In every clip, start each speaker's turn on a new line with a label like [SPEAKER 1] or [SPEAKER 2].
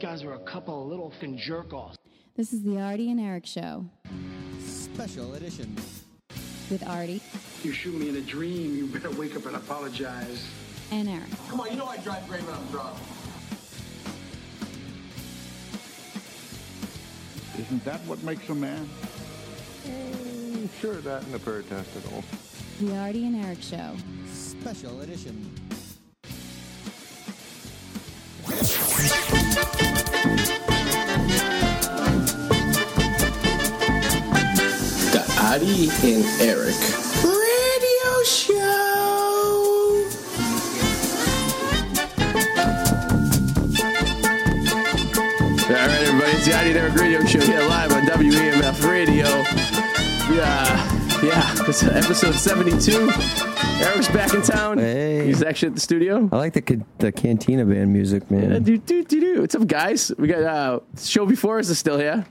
[SPEAKER 1] guys are a couple of little fin jerk offs.
[SPEAKER 2] This is the Artie and Eric Show
[SPEAKER 3] Special edition.
[SPEAKER 2] with Artie
[SPEAKER 1] You shoot me in a dream, you better wake up and apologize.
[SPEAKER 2] and Eric.
[SPEAKER 4] Come on, you know I drive great when I'm drunk.
[SPEAKER 5] Isn't that what makes a man?
[SPEAKER 6] Sure, that and a pair of testicles.
[SPEAKER 2] The Artie and Eric Show.
[SPEAKER 3] Special edition.
[SPEAKER 7] The Adi and Eric Radio Show. All right, everybody, it's the Adi and Eric Radio Show here live on WEMF Radio. Yeah, yeah, it's episode 72. Eric's back in town.
[SPEAKER 6] Hey.
[SPEAKER 7] He's actually at the studio.
[SPEAKER 6] I like the ca- the cantina band music,
[SPEAKER 7] Uh,
[SPEAKER 6] man.
[SPEAKER 7] do, do, do, do. What's up, guys? We got uh, show before us is still here.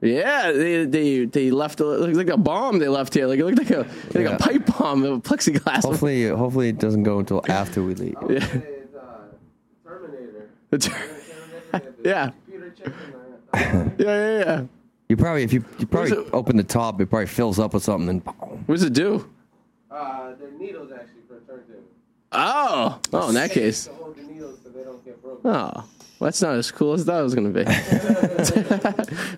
[SPEAKER 7] Yeah, they they they left a, looks like a bomb. They left here, like it looked like a like
[SPEAKER 6] Yeah.
[SPEAKER 7] a pipe bomb of plexiglass.
[SPEAKER 6] Hopefully, hopefully it doesn't go until after we leave.
[SPEAKER 7] yeah. yeah, yeah, yeah.
[SPEAKER 6] You probably, if you, you probably
[SPEAKER 7] Where's it-
[SPEAKER 6] open the top, it probably fills up with something. And boom.
[SPEAKER 7] What's it do?
[SPEAKER 8] Uh, the needles actually for turntable.
[SPEAKER 7] Oh, oh, in that case,
[SPEAKER 8] To hold the needles so they don't get broken.
[SPEAKER 7] oh, well, that's not as cool as I thought it was gonna be. I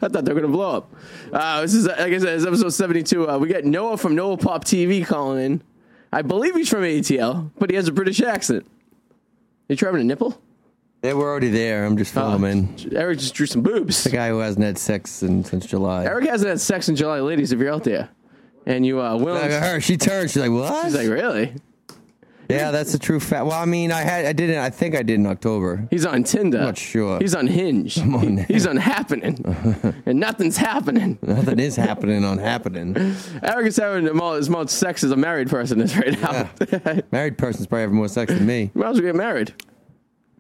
[SPEAKER 7] thought they were gonna blow up. Uh, this is like I said, this is episode seventy-two. Uh, we got Noah from Noah Pop TV calling in. I believe he's from ATL, but he has a British accent. You trying a nipple?
[SPEAKER 6] They were already there. I'm just filling
[SPEAKER 7] Ah,
[SPEAKER 6] them in.
[SPEAKER 7] Eric just drew some boobs.
[SPEAKER 6] The guy who hasn't had sex in, since July.
[SPEAKER 7] Eric hasn't had sex in July, ladies. If you're out there, and you uh, willing,
[SPEAKER 6] Look at her. She turned. She's like, what?
[SPEAKER 7] he's like, really?
[SPEAKER 6] yeah, that's the true fact. Well, I mean, I had, I didn't. I think I did in October.
[SPEAKER 7] He's on Tinder.
[SPEAKER 6] Not sure.
[SPEAKER 7] He's on Hinge.
[SPEAKER 6] Come on now.
[SPEAKER 7] He's on Happening, and nothing's happening.
[SPEAKER 6] Nothing is happening on happening.
[SPEAKER 7] Eric is having the mo- as much sex as a married person is right now.
[SPEAKER 6] Married person's probably having more sex than me.
[SPEAKER 7] Might as well get married.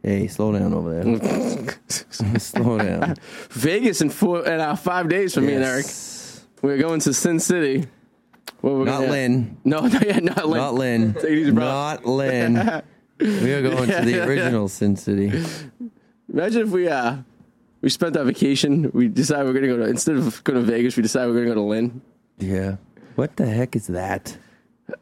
[SPEAKER 6] Hey, slow down over there. slow down.
[SPEAKER 7] Vegas in four and uh, five days for me and Eric.
[SPEAKER 6] Yes.
[SPEAKER 7] We're going to Sin City. Where we're
[SPEAKER 6] Not
[SPEAKER 7] gonna-
[SPEAKER 6] Lynn.
[SPEAKER 7] No, no, yeah, not Lynn.
[SPEAKER 6] Not Lynn.
[SPEAKER 7] Take it easy, bro.
[SPEAKER 6] Not Lynn. We are going to the original Sin City.
[SPEAKER 7] Imagine if we uh we spent our vacation. We decided we're gonna go to instead of going to Vegas, we decided we're gonna go to Lynn.
[SPEAKER 6] Yeah. What the heck is that?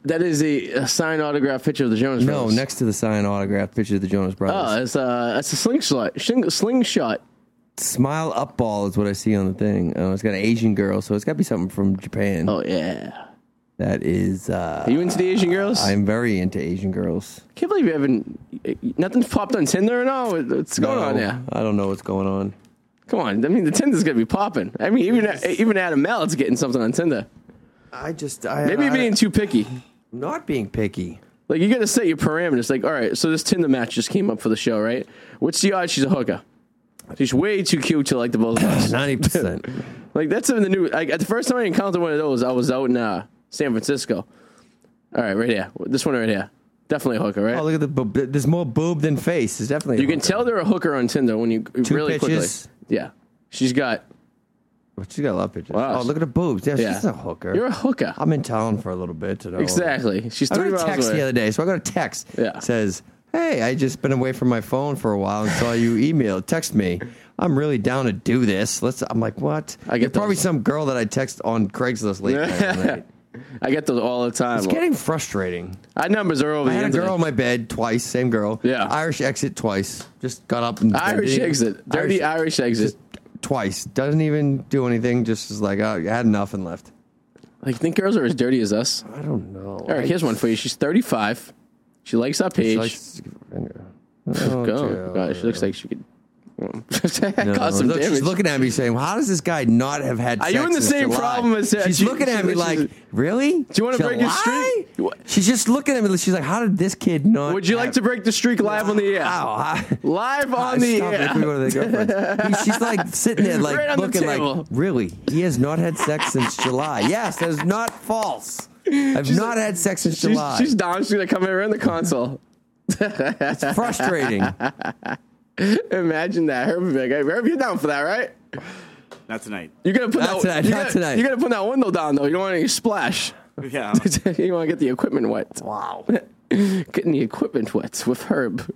[SPEAKER 7] That is a, a signed autograph picture of the Jonas
[SPEAKER 6] No,
[SPEAKER 7] Brothers.
[SPEAKER 6] next to the sign autograph picture of the Jonas
[SPEAKER 7] Oh,
[SPEAKER 6] Brothers.
[SPEAKER 7] it's a it's a slingshot. Shing, slingshot.
[SPEAKER 6] Smile up ball is what I see on the thing. Oh, it's got an Asian girl, so it's got to be something from Japan.
[SPEAKER 7] Oh yeah.
[SPEAKER 6] That is. Uh,
[SPEAKER 7] Are you into the Asian girls? I
[SPEAKER 6] I'm very into Asian girls.
[SPEAKER 7] can't believe you haven't. Nothing's popped on Tinder and all. What's going on
[SPEAKER 6] No,
[SPEAKER 7] there?
[SPEAKER 6] I don't know what's going on.
[SPEAKER 7] Come on. I mean, the Tinder's gonna be popping. I mean, even even Adam Mallett's getting something on Tinder.
[SPEAKER 6] I just. I,
[SPEAKER 7] Maybe
[SPEAKER 6] I,
[SPEAKER 7] you're being too picky.
[SPEAKER 6] Not being picky.
[SPEAKER 7] Like you gotta set your parameters. Like, all right, so this Tinder match just came up for the show, right? What's the odds she's a hooker? She's way too cute to like the both of us.
[SPEAKER 6] 90%.
[SPEAKER 7] Like that's in the new. Like at the first time I encountered one of those, I was out in uh, San Francisco. All right, right here. This one right here, definitely a hooker, right?
[SPEAKER 6] Oh, look at the boob. There's more boob than face. It's definitely.
[SPEAKER 7] you can tell they're a hooker on Tinder when you really
[SPEAKER 6] pitches.
[SPEAKER 7] quickly. Yeah, she's got.
[SPEAKER 6] But she got a lot of pictures.
[SPEAKER 7] Wow.
[SPEAKER 6] Oh, look at the boobs. Yeah,
[SPEAKER 7] Yeah.
[SPEAKER 6] she's a hooker.
[SPEAKER 7] You're a hooker.
[SPEAKER 6] I'm in town for a little bit today.
[SPEAKER 7] Exactly. She's
[SPEAKER 6] I
[SPEAKER 7] three
[SPEAKER 6] got
[SPEAKER 7] miles
[SPEAKER 6] a text
[SPEAKER 7] away.
[SPEAKER 6] the other day, so I got a text.
[SPEAKER 7] Yeah.
[SPEAKER 6] Says, "Hey, I just been away from my phone for a while and saw you email. Text me. I'm really down to do this. Let's." I'm like, "What?"
[SPEAKER 7] I get
[SPEAKER 6] You're probably
[SPEAKER 7] those.
[SPEAKER 6] some girl that I text on Craigslist late at night.
[SPEAKER 7] I get those all the time.
[SPEAKER 6] It's getting frustrating.
[SPEAKER 7] Our numbers are over
[SPEAKER 6] I
[SPEAKER 7] the
[SPEAKER 6] had a
[SPEAKER 7] internet.
[SPEAKER 6] girl in my bed twice, same girl.
[SPEAKER 7] Yeah.
[SPEAKER 6] Irish exit twice. Just got up and
[SPEAKER 7] Irish
[SPEAKER 6] didn't-
[SPEAKER 7] exit. Dirty Irish exit.
[SPEAKER 6] twice. Doesn't even do anything. Just is like, oh, I had enough and left.
[SPEAKER 7] Like, think girls are as dirty as us.
[SPEAKER 6] I don't know.
[SPEAKER 7] All right, here's one for you. She's 35. She likes our page.
[SPEAKER 6] She likes- Oh,
[SPEAKER 7] Go.
[SPEAKER 6] dear.
[SPEAKER 7] God, she looks like she could cause some
[SPEAKER 6] Look,
[SPEAKER 7] damage.
[SPEAKER 6] she's looking at me saying, well, "How does this guy not have had?"
[SPEAKER 7] Are
[SPEAKER 6] sex
[SPEAKER 7] you in the
[SPEAKER 6] since
[SPEAKER 7] same
[SPEAKER 6] July?
[SPEAKER 7] problem as-
[SPEAKER 6] She's
[SPEAKER 7] she-
[SPEAKER 6] looking at
[SPEAKER 7] she-
[SPEAKER 6] me
[SPEAKER 7] she-
[SPEAKER 6] like, "Really? Do
[SPEAKER 7] you wanna break his streak? What-
[SPEAKER 6] She's just looking at me. She's like, "How did this kid not?"
[SPEAKER 7] Would you like to break the streak live on the air?
[SPEAKER 6] Wow.
[SPEAKER 7] Live on the
[SPEAKER 6] Stop
[SPEAKER 7] air.
[SPEAKER 6] making me one of their girlfriends. He- she's like sitting there, like
[SPEAKER 7] Right on the
[SPEAKER 6] looking
[SPEAKER 7] table.
[SPEAKER 6] like, really? He has not had sex since July. Yes, that is not false. I've not had sex since
[SPEAKER 7] She's,
[SPEAKER 6] July.
[SPEAKER 7] she's down. She's gonna come around the console.
[SPEAKER 6] it's frustrating.
[SPEAKER 7] Imagine that. Herb, would be like, hey, Herb, you're down for that, right?
[SPEAKER 9] Not tonight.
[SPEAKER 7] You're gonna put that.
[SPEAKER 6] Not tonight,
[SPEAKER 7] you're,
[SPEAKER 6] not
[SPEAKER 7] gonna,
[SPEAKER 6] tonight.
[SPEAKER 7] you're gonna put that window down though. You don't want any splash.
[SPEAKER 9] Yeah.
[SPEAKER 7] you want to get the equipment wet. Wow. Getting the equipment wet with Herb.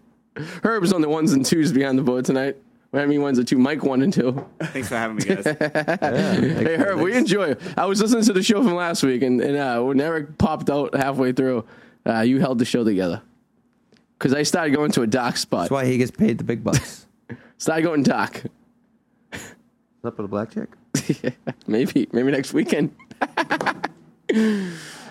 [SPEAKER 7] Herb's on the ones and twos behind the board tonight. I mean, ones and two. Mike one and two.
[SPEAKER 9] Thanks for having me, guys.
[SPEAKER 7] Hey, Herb, we enjoy. it. I was listening to the show from last week, and, and uh, when Eric popped out halfway through, uh, you held the show together. Because I started going to a doc spot.
[SPEAKER 6] That's why he gets paid the big bucks.
[SPEAKER 7] Started going doc.
[SPEAKER 6] Up at a blackjack.
[SPEAKER 7] Maybe, maybe next weekend.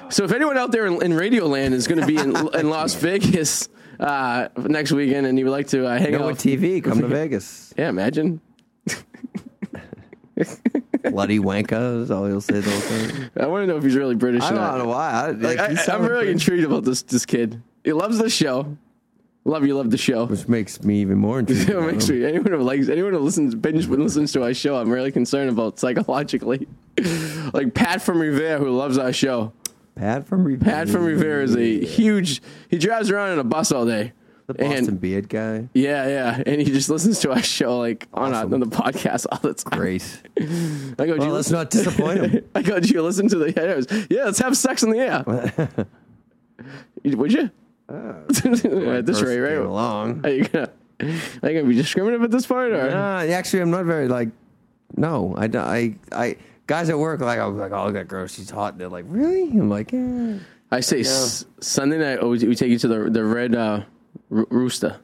[SPEAKER 7] so, if anyone out there in, in Radio Land is going to be in, in Las Vegas uh, next weekend, and you would like to uh, hang
[SPEAKER 6] Go
[SPEAKER 7] out,
[SPEAKER 6] on TV. Come to Vegas.
[SPEAKER 7] yeah, imagine.
[SPEAKER 6] Bloody wankers. All you'll say the whole time.
[SPEAKER 7] I want to know if he's really British.
[SPEAKER 6] I
[SPEAKER 7] or
[SPEAKER 6] don't
[SPEAKER 7] not.
[SPEAKER 6] know why. I,
[SPEAKER 7] Like, I, I'm really intrigued about this this kid. He loves the show. Love you, love the show.
[SPEAKER 6] Which makes me even more intrigued.
[SPEAKER 7] It makes me- anyone who likes anyone who listens binge listens to our show. I'm really concerned about psychologically. like Pat from Revere, who loves our show.
[SPEAKER 6] Pat from Revere.
[SPEAKER 7] Pat from Revere is a huge. He drives around in a bus all day.
[SPEAKER 6] the Boston
[SPEAKER 7] and-
[SPEAKER 6] beard guy.
[SPEAKER 7] Yeah, yeah, and he just listens to our show like on, our,
[SPEAKER 6] Awesome.
[SPEAKER 7] on the podcast all the time.
[SPEAKER 6] Great.
[SPEAKER 7] I go, do
[SPEAKER 6] Well,
[SPEAKER 7] you listen?
[SPEAKER 6] let's not disappoint him.
[SPEAKER 7] I go, do you listen to the? Yeah, it was, yeah let's have sex in the air. You- Would you? at this
[SPEAKER 6] Ah. First
[SPEAKER 7] rate,
[SPEAKER 6] came
[SPEAKER 7] right?
[SPEAKER 6] Along.
[SPEAKER 7] Are you gonna are you gonna be discriminative at this point, or
[SPEAKER 6] Nah, actually, I'm not very like. No, I, I, I guys at work like I was like, oh, that girl, she's hot. And they're like, really? I'm like, yeah.
[SPEAKER 7] I say s- Sunday night oh, we we take you to the the red uh, Ro- rooster,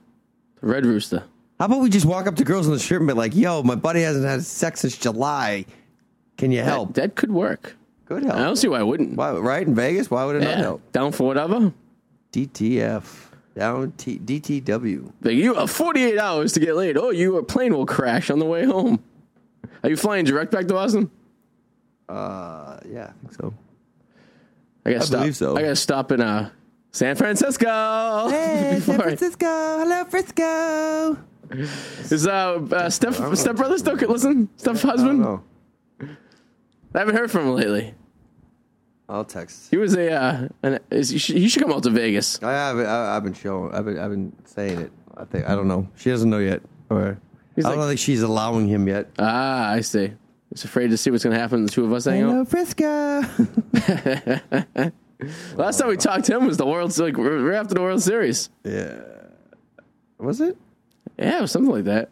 [SPEAKER 7] the red rooster.
[SPEAKER 6] How about we just walk up to girls in the strip and be like, yo, my buddy hasn't had sex since July. Can you
[SPEAKER 7] That-
[SPEAKER 6] help?
[SPEAKER 7] That, could work.
[SPEAKER 6] Good help.
[SPEAKER 7] I don't see why I wouldn't.
[SPEAKER 6] Why, right in Vegas? Why would it not
[SPEAKER 7] Yeah.
[SPEAKER 6] help?
[SPEAKER 7] Down for whatever.
[SPEAKER 6] DTF down T- DTW.
[SPEAKER 7] Like you have 48 hours to get laid. Oh, your plane will crash on the way home. Are you flying direct back to Boston?
[SPEAKER 6] Uh, yeah, I think so.
[SPEAKER 7] I gotta
[SPEAKER 6] I
[SPEAKER 7] stop.
[SPEAKER 6] believe so.
[SPEAKER 7] I gotta stop in uh, San Francisco. Before I-
[SPEAKER 6] Francisco. Hello, Frisco.
[SPEAKER 7] Is uh, uh step step brother still could listen? Step husband? I,
[SPEAKER 6] Oh,
[SPEAKER 7] haven't heard from him lately.
[SPEAKER 6] I'll text.
[SPEAKER 7] He was a uh, an, is, he, should, he should come out to Vegas.
[SPEAKER 6] I have. I, I've been showing. I've been. I've been saying it. I think. I don't know. She doesn't know yet. Or I don't
[SPEAKER 7] like-
[SPEAKER 6] think she's allowing him yet.
[SPEAKER 7] Ah, I see. He's afraid to see what's gonna happen. when The two of us hang out.
[SPEAKER 6] Frisco.
[SPEAKER 7] Last time we talked to him was the World like right after the World Series.
[SPEAKER 6] yeah. Was it?
[SPEAKER 7] Yeah, it was something like that.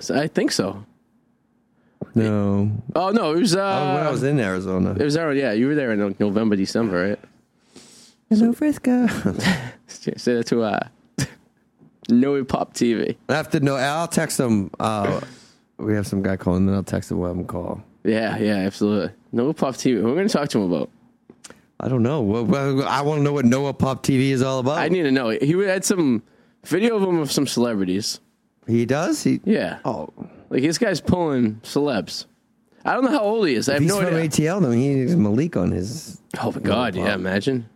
[SPEAKER 7] So I think so.
[SPEAKER 6] No.
[SPEAKER 7] Oh no, it was uh,
[SPEAKER 6] Uh, when I was in Arizona.
[SPEAKER 7] it was around. Yeah, you were there in like November, December, right?
[SPEAKER 6] Hello, Frisco.
[SPEAKER 7] Say that to uh, Noe Pop TV.
[SPEAKER 6] I have to know. I'll text him. Uh, we have some guy calling. Then I'll text him. We'll have him call.
[SPEAKER 7] Yeah, yeah, absolutely. Noah Pop TV. We're going to talk to him about.
[SPEAKER 6] I don't know. Well, well, I want to know what Noah Pop TV is all about.
[SPEAKER 7] I need to know. He had some video of him of some celebrities.
[SPEAKER 6] he does. He.
[SPEAKER 7] Yeah,
[SPEAKER 6] Oh,
[SPEAKER 7] like this guy's pulling celebs. I don't know how old he is. I have
[SPEAKER 6] he's
[SPEAKER 7] no
[SPEAKER 6] from
[SPEAKER 7] idea.
[SPEAKER 6] ATL. Then he needs Malik on his.
[SPEAKER 7] Oh my god!
[SPEAKER 6] Noah
[SPEAKER 7] Yeah,
[SPEAKER 6] Pop.
[SPEAKER 7] imagine. He's-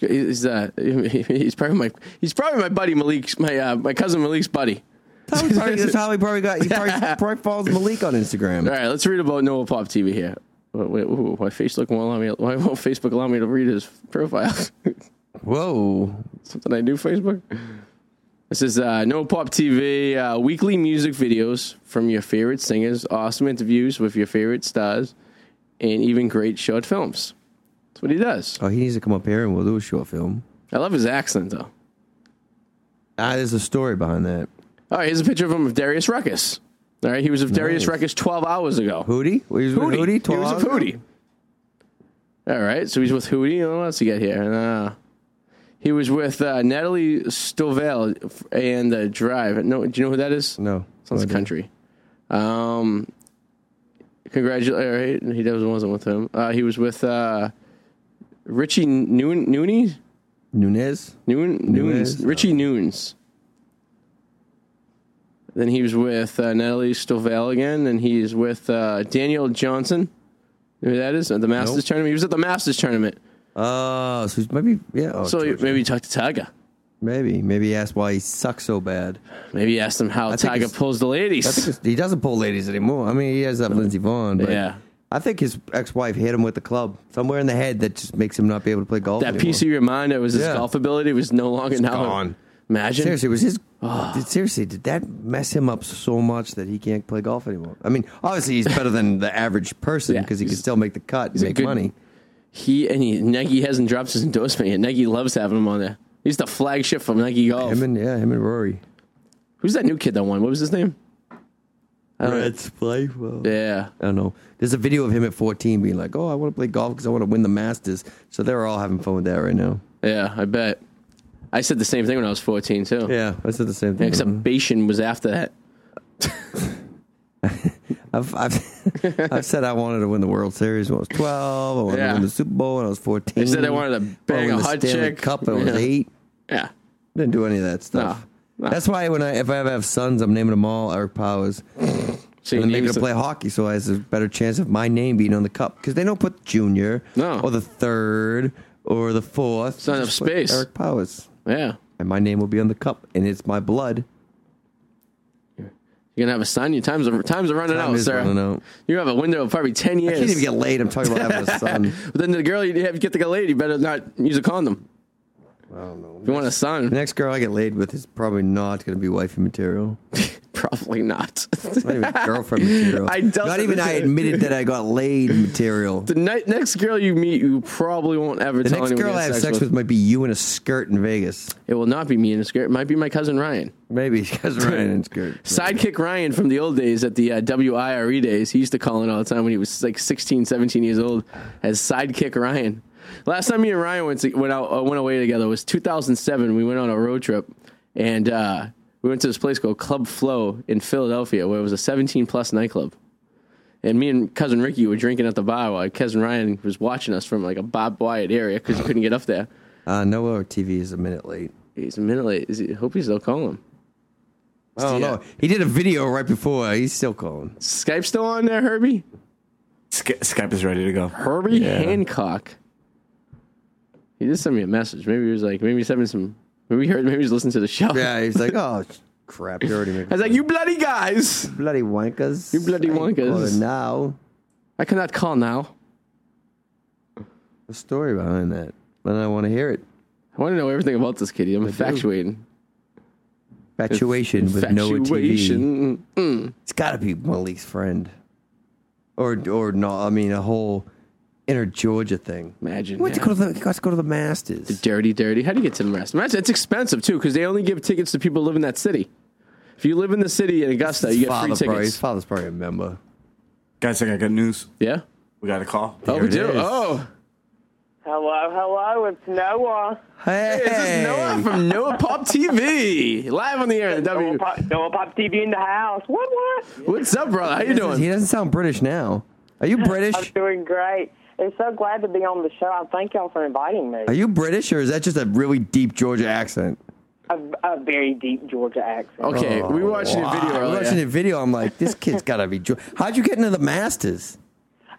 [SPEAKER 7] He's uh, he's probably my he's probably my buddy Malik's my uh, my cousin Malik's buddy.
[SPEAKER 6] Probably, probably, that's how he probably got. He probably, probably follows Malik on Instagram.
[SPEAKER 7] All right, let's read about Noah Pop TV here. Wait, wait, ooh, why Facebook won't allow me? Why won't Facebook allow me to read his profile?
[SPEAKER 6] Whoa.
[SPEAKER 7] Something I do Facebook. This is uh, No Pop TV uh, weekly music videos from your favorite singers, awesome interviews with your favorite stars, and even great short films. That's what he does.
[SPEAKER 6] Oh, he needs to come up here and we'll do a short film.
[SPEAKER 7] I love his accent though.
[SPEAKER 6] Ah, there's a story behind that.
[SPEAKER 7] All right, here's a picture of him of Darius Ruckus. All right, he was with Darius
[SPEAKER 6] Nice.
[SPEAKER 7] Ruckus 12 hours ago.
[SPEAKER 6] Hootie? He was with
[SPEAKER 7] Hootie.
[SPEAKER 6] Hootie?
[SPEAKER 7] He was a
[SPEAKER 6] 12?
[SPEAKER 7] Hootie. All right, so he's with Hootie. Oh, What else he got here? Uh, he was with uh, Natalie Stovall and uh, Drive. No, do you know who that is?
[SPEAKER 6] No.
[SPEAKER 7] sounds
[SPEAKER 6] No idea.
[SPEAKER 7] country. Um, congratulations. He doesn't wasn't with him. Uh, he was with uh, Richie Noon Nooney
[SPEAKER 6] Nunez?
[SPEAKER 7] Noon Noons
[SPEAKER 6] Nunes,
[SPEAKER 7] Richie Noons. Then he was with uh, Natalie Stovall again, and he's with uh, Daniel Johnson. You know Who that is at the Masters
[SPEAKER 6] Nope.
[SPEAKER 7] tournament. He was at the Masters tournament,
[SPEAKER 6] Oh, so he's maybe, yeah. Oh,
[SPEAKER 7] so
[SPEAKER 6] Georgia.
[SPEAKER 7] maybe he talked to Tiger.
[SPEAKER 6] Maybe. Maybe he asked why he sucks so bad.
[SPEAKER 7] Maybe he asked him how
[SPEAKER 6] I think
[SPEAKER 7] Tiger
[SPEAKER 6] it's-
[SPEAKER 7] pulls the
[SPEAKER 6] I think
[SPEAKER 7] ladies.
[SPEAKER 6] it's- he doesn't pull ladies anymore. I mean, he has that Lindsey Vaughn, but
[SPEAKER 7] Yeah.
[SPEAKER 6] I think his ex-wife hit him with the club somewhere in the head that just makes him not be able to play golf.
[SPEAKER 7] That
[SPEAKER 6] anymore.
[SPEAKER 7] piece of your mind that was his
[SPEAKER 6] Yeah.
[SPEAKER 7] golf ability was no longer now.
[SPEAKER 6] gone.
[SPEAKER 7] Imagine Ah.
[SPEAKER 6] seriously was his. did- seriously, did that mess him up so much that he can't play golf anymore? I mean, obviously he's better than the average person
[SPEAKER 7] Yeah,
[SPEAKER 6] because he can
[SPEAKER 7] he's-
[SPEAKER 6] still make the cut and
[SPEAKER 7] a
[SPEAKER 6] make
[SPEAKER 7] good-
[SPEAKER 6] money.
[SPEAKER 7] he and he Nike hasn't dropped his endorsement yet. Nike loves having him on there. He's the flagship from Nike Golf.
[SPEAKER 6] Him and yeah, him and Rory.
[SPEAKER 7] Who's that new kid that won? What was his name? I don't know.
[SPEAKER 6] Let's play. well.
[SPEAKER 7] Yeah.
[SPEAKER 6] I don't know. There's a video of him at 14 being like, "Oh, I want to play golf because I want to win the Masters." So they're all having fun with that right now.
[SPEAKER 7] Yeah, I bet. I said the same thing when I was 14, too.
[SPEAKER 6] Yeah, Mm-hmm. I said the same thing.
[SPEAKER 7] Except Bashan was after that.
[SPEAKER 6] I've, I've, I've said I wanted to win the World Series when I was 12. I wanted
[SPEAKER 7] Yeah.
[SPEAKER 6] to win the Super Bowl when I was 14.
[SPEAKER 7] I said I wanted to bang
[SPEAKER 6] won
[SPEAKER 7] a
[SPEAKER 6] the
[SPEAKER 7] hot
[SPEAKER 6] Stanley
[SPEAKER 7] chick.
[SPEAKER 6] Cup when I was
[SPEAKER 7] Yeah.
[SPEAKER 6] eight.
[SPEAKER 7] Yeah.
[SPEAKER 6] Didn't do any of that stuff.
[SPEAKER 7] No, no.
[SPEAKER 6] That's why when I if I ever have sons, I'm naming them all Eric Powers.
[SPEAKER 7] So
[SPEAKER 6] and then maybe
[SPEAKER 7] named
[SPEAKER 6] to
[SPEAKER 7] some-
[SPEAKER 6] play hockey, so I has a better chance of my name being on the cup because they don't put junior
[SPEAKER 7] No.
[SPEAKER 6] or the third or the fourth.
[SPEAKER 7] not enough
[SPEAKER 6] Just put
[SPEAKER 7] space.
[SPEAKER 6] Eric Powers,
[SPEAKER 7] Yeah.
[SPEAKER 6] and my name will be on the cup, and it's my blood.
[SPEAKER 7] You're going to have a son. Your time's, are- time's are running
[SPEAKER 6] Time
[SPEAKER 7] out,
[SPEAKER 6] is
[SPEAKER 7] sir.
[SPEAKER 6] running out.
[SPEAKER 7] You have a window of probably 10
[SPEAKER 6] I
[SPEAKER 7] years.
[SPEAKER 6] can't even get laid. I'm talking about having a son.
[SPEAKER 7] but then the girl you have get to get laid, you better not use a condom. I don't know. If you want a
[SPEAKER 6] The
[SPEAKER 7] son,
[SPEAKER 6] next girl I get laid with is probably not going to be wifey material.
[SPEAKER 7] probably not.
[SPEAKER 6] Not even girlfriend material.
[SPEAKER 7] I don't-
[SPEAKER 6] not even I admitted that I got laid material.
[SPEAKER 7] the ni- next girl you meet, you probably won't ever
[SPEAKER 6] The
[SPEAKER 7] tell
[SPEAKER 6] next
[SPEAKER 7] anyone
[SPEAKER 6] girl
[SPEAKER 7] you
[SPEAKER 6] I
[SPEAKER 7] had
[SPEAKER 6] have sex with might be you in a skirt in Vegas.
[SPEAKER 7] It will not be me in a skirt. It might be my cousin Ryan.
[SPEAKER 6] Maybe because Ryan in a skirt.
[SPEAKER 7] Sidekick Ryan from the old days at the uh, WIRE days. He used to call in all the time when he was like 16, 17 years old as Sidekick Ryan. Last time me and Ryan went, to, went out uh, went away together was 2007. We went on a road trip and uh, we went to this place called Club Flow in Philadelphia where it was a 17 plus nightclub. And me and cousin Ricky were drinking at the bar while cousin Ryan was watching us from like a Bob Wyatt area because he couldn't get up there.
[SPEAKER 6] Uh, Noah TV is a minute late.
[SPEAKER 7] He's a minute late. Is he, hope he's still calling.
[SPEAKER 6] I don't
[SPEAKER 7] Yeah.
[SPEAKER 6] know. He did a video right before. He's still calling.
[SPEAKER 7] Skype still on there, Herbie?
[SPEAKER 9] Sky- Skype is ready to go.
[SPEAKER 7] Herbie Hancock. He just sent me a message. Maybe he was like, maybe he sent me some. Maybe he heard. Maybe he was listening to the show.
[SPEAKER 6] Yeah, he's like, oh crap, you already.
[SPEAKER 7] I was like, you bloody guys!
[SPEAKER 6] bloody wankers.
[SPEAKER 7] You bloody
[SPEAKER 6] I ain't
[SPEAKER 7] wankers.
[SPEAKER 6] calling Now
[SPEAKER 7] I cannot call now.
[SPEAKER 6] the story behind that, but I want to hear it.
[SPEAKER 7] I want to know everything about this kitty. I'm infatuated.
[SPEAKER 6] Infatuation with Noah TV.
[SPEAKER 7] Infatuation.
[SPEAKER 6] It's got to be Malik's friend, or or no, I mean a whole inner Georgia thing.
[SPEAKER 7] Imagine.
[SPEAKER 6] What'd
[SPEAKER 7] yeah.
[SPEAKER 6] you go to the? You guys go to the Masters.
[SPEAKER 7] Dirty, dirty. How do you get to the rest? Imagine it's expensive too because they only give tickets to people who live in that city. If you live in the city in Augusta, you get free
[SPEAKER 6] Father probably, his
[SPEAKER 7] tickets.
[SPEAKER 6] father's probably a member.
[SPEAKER 9] Guys, I got good news.
[SPEAKER 7] Yeah.
[SPEAKER 9] We got a call.
[SPEAKER 7] Oh, we
[SPEAKER 6] it
[SPEAKER 7] do.
[SPEAKER 6] is.
[SPEAKER 7] Oh,
[SPEAKER 8] Hello, hello, it's Noah.
[SPEAKER 6] Hey,
[SPEAKER 7] this is Noah from Noah Pop TV, live on the air. at The W.
[SPEAKER 8] Noah Pop, Noah Pop TV in the house. What, what?
[SPEAKER 7] What's up, brother? How you
[SPEAKER 6] He
[SPEAKER 7] doing?
[SPEAKER 6] doesn't sound British now. Are you
[SPEAKER 8] I'm
[SPEAKER 6] British?
[SPEAKER 8] doing great. It's so glad to be on the show. I thank y'all for inviting me.
[SPEAKER 6] Are you British, or is that just a really deep Georgia accent?
[SPEAKER 8] A, a very deep Georgia accent.
[SPEAKER 7] Okay, we were watching a video
[SPEAKER 6] Oh, Wow.
[SPEAKER 7] earlier.
[SPEAKER 6] Watching a video, I'm like, this kid's got to be. Geor- How'd you get into the Masters?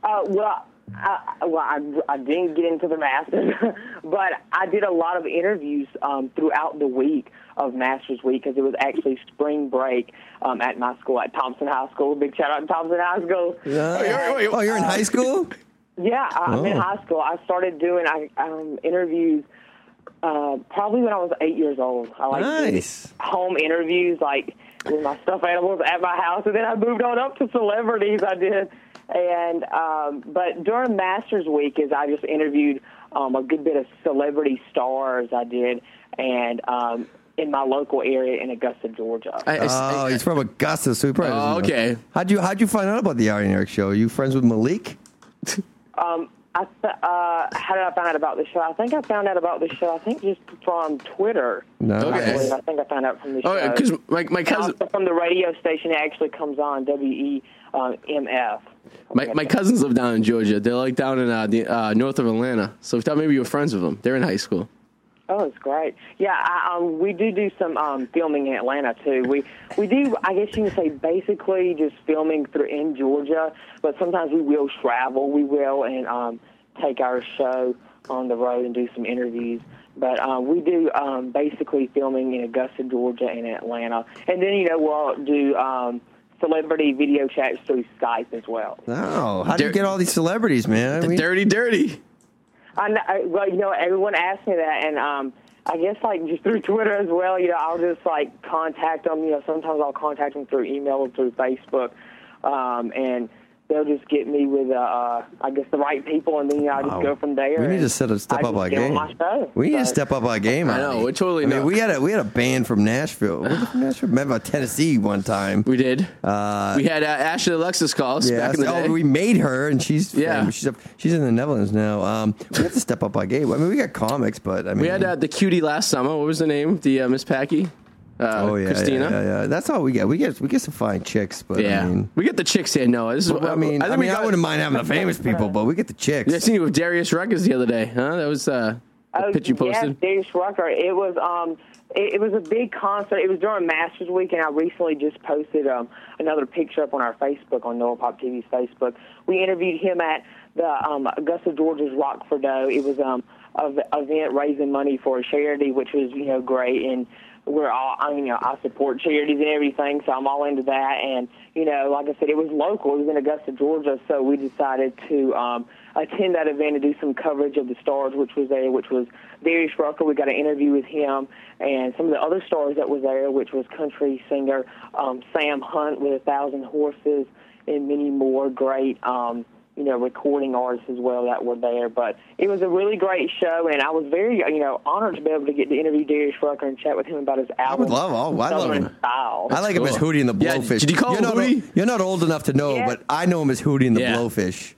[SPEAKER 8] Uh, well, I, well, I, I didn't get into the Masters, but I did a lot of interviews um, throughout the week of Masters Week because it was actually spring break um, at my school at Thompson High School. Big shout out to Thompson High School.
[SPEAKER 6] oh, you're, in high school.
[SPEAKER 8] Yeah, I, I'm in
[SPEAKER 6] Oh.
[SPEAKER 8] high school. I started doing I, um, interviews uh, probably when I was eight years old. I like doing
[SPEAKER 6] Nice.
[SPEAKER 8] home interviews, like with my stuffed animals at my house, and then I moved on up to celebrities. I did, and um, but during Masters Week is I just interviewed um, a good bit of celebrity stars. I did, and um, in my local area in Augusta, Georgia.
[SPEAKER 7] I- I-
[SPEAKER 6] Oh,
[SPEAKER 7] I-
[SPEAKER 6] he's from Augusta, so he probably
[SPEAKER 7] Oh,
[SPEAKER 6] doesn't know.
[SPEAKER 7] okay.
[SPEAKER 6] How'd you How'd you find out about the Ari and Eric show? Are you friends with Malik?
[SPEAKER 8] Um, I th- uh, how did I find out about the show? I think I found out about the show. I think just from Twitter.
[SPEAKER 6] No.
[SPEAKER 8] I,
[SPEAKER 7] Okay.
[SPEAKER 8] believe. I think I found out from the
[SPEAKER 7] oh,
[SPEAKER 8] show.
[SPEAKER 7] because my my
[SPEAKER 8] And
[SPEAKER 7] cousin
[SPEAKER 8] also from the radio station it actually comes on WEMF. Um, MF.
[SPEAKER 7] my, my cousins live down in Georgia. They're like down in uh, the uh, north of Atlanta. So we thought maybe you were friends with them. They're in high school.
[SPEAKER 8] Oh, it's great. Yeah, I, um, we do do some um, filming in Atlanta too. We we do, I guess you can say, basically just filming through in Georgia. But sometimes we will travel. We will and um, take our show on the road and do some interviews. But uh, we do um, basically filming in Augusta, Georgia, and Atlanta. And then you know we'll do um, celebrity video chats through Skype as well.
[SPEAKER 6] No. Oh, How do you
[SPEAKER 7] Dirt-
[SPEAKER 6] get all these celebrities, man? I
[SPEAKER 7] The
[SPEAKER 6] mean-
[SPEAKER 7] dirty, dirty.
[SPEAKER 8] I know, I- well, you know, everyone asked me that, and um, I guess like just through Twitter as well. You know, I'll just like contact them. You know, sometimes I'll contact them through email or through Facebook, um, and they'll just get me with, uh, uh, I guess, the right people, and then I'll just
[SPEAKER 6] Wow.
[SPEAKER 8] go from there.
[SPEAKER 6] We need
[SPEAKER 8] and
[SPEAKER 6] to set a
[SPEAKER 8] I
[SPEAKER 6] step
[SPEAKER 8] just
[SPEAKER 6] up our
[SPEAKER 8] get on
[SPEAKER 6] game.
[SPEAKER 8] my show.
[SPEAKER 6] We need to
[SPEAKER 8] So-
[SPEAKER 6] step up our game.
[SPEAKER 7] I know,
[SPEAKER 6] Arnie.
[SPEAKER 7] we're totally
[SPEAKER 6] I mean,
[SPEAKER 7] not.
[SPEAKER 6] we had a we had a band from Nashville. Was it from Nashville? Remember uh, Tennessee one time?
[SPEAKER 7] We did.
[SPEAKER 6] Uh,
[SPEAKER 7] we had uh, Ashley Alexis call us
[SPEAKER 6] Yeah,
[SPEAKER 7] back in the
[SPEAKER 6] so-
[SPEAKER 7] day.
[SPEAKER 6] oh, we made her, and she's
[SPEAKER 7] Yeah.
[SPEAKER 6] yeah, she's up, she's in the Netherlands now. Um, we have to step up our game. I mean, we got comics, but I mean,
[SPEAKER 7] We had uh, the cutie last summer. What was the name? The uh, Miss Packy. Uh,
[SPEAKER 6] oh yeah,
[SPEAKER 7] Christina.
[SPEAKER 6] yeah, yeah, yeah. that's all we get. We get we get some fine chicks, but
[SPEAKER 7] Yeah.
[SPEAKER 6] I mean,
[SPEAKER 7] we get the chicks here. No, this is.
[SPEAKER 6] I mean, I, mean,
[SPEAKER 7] got,
[SPEAKER 6] I wouldn't mind having the famous people, but we get the chicks.
[SPEAKER 7] I seen you with Darius Ruggers the other day. Huh? That was uh, the pitch you posted.
[SPEAKER 8] Yeah, Dave Schrucker. It was um, it, it was a big concert. It was during Masters Week, and I recently just posted um another picture up on our Facebook on Noah Pop TV's Facebook. We interviewed him at the um Augusta Georgia's Rock for Dough. It was um an event raising money for a charity, which was you know great and. We're all, I mean, you know, I support charities and everything, so I'm all into that. And you know, like I said, it was local. It was in Augusta, Georgia, so we decided to um, attend that event and do some coverage of the stars, which was there, which was Darius Rucker. We got an interview with him and some of the other stars that was there, which was country singer um, Sam Hunt with A Thousand Horses and many more great, um, you know, recording artists as well that were there. But it was a really great show, and I was very, you know, honored to be able to get to interview Darius Rucker and chat with him about his
[SPEAKER 6] I
[SPEAKER 8] album.
[SPEAKER 6] would love. Oh, I love
[SPEAKER 8] Southern
[SPEAKER 6] him.
[SPEAKER 8] Style.
[SPEAKER 6] I like him as
[SPEAKER 7] cool.
[SPEAKER 6] Hootie and the
[SPEAKER 7] Yeah,
[SPEAKER 6] Blowfish.
[SPEAKER 7] did you call
[SPEAKER 6] you're
[SPEAKER 7] him
[SPEAKER 6] not
[SPEAKER 7] Hootie?
[SPEAKER 6] Old, you're not old enough to know,
[SPEAKER 8] Yeah.
[SPEAKER 6] but I know him as Hootie and the
[SPEAKER 7] Yeah.
[SPEAKER 6] Blowfish.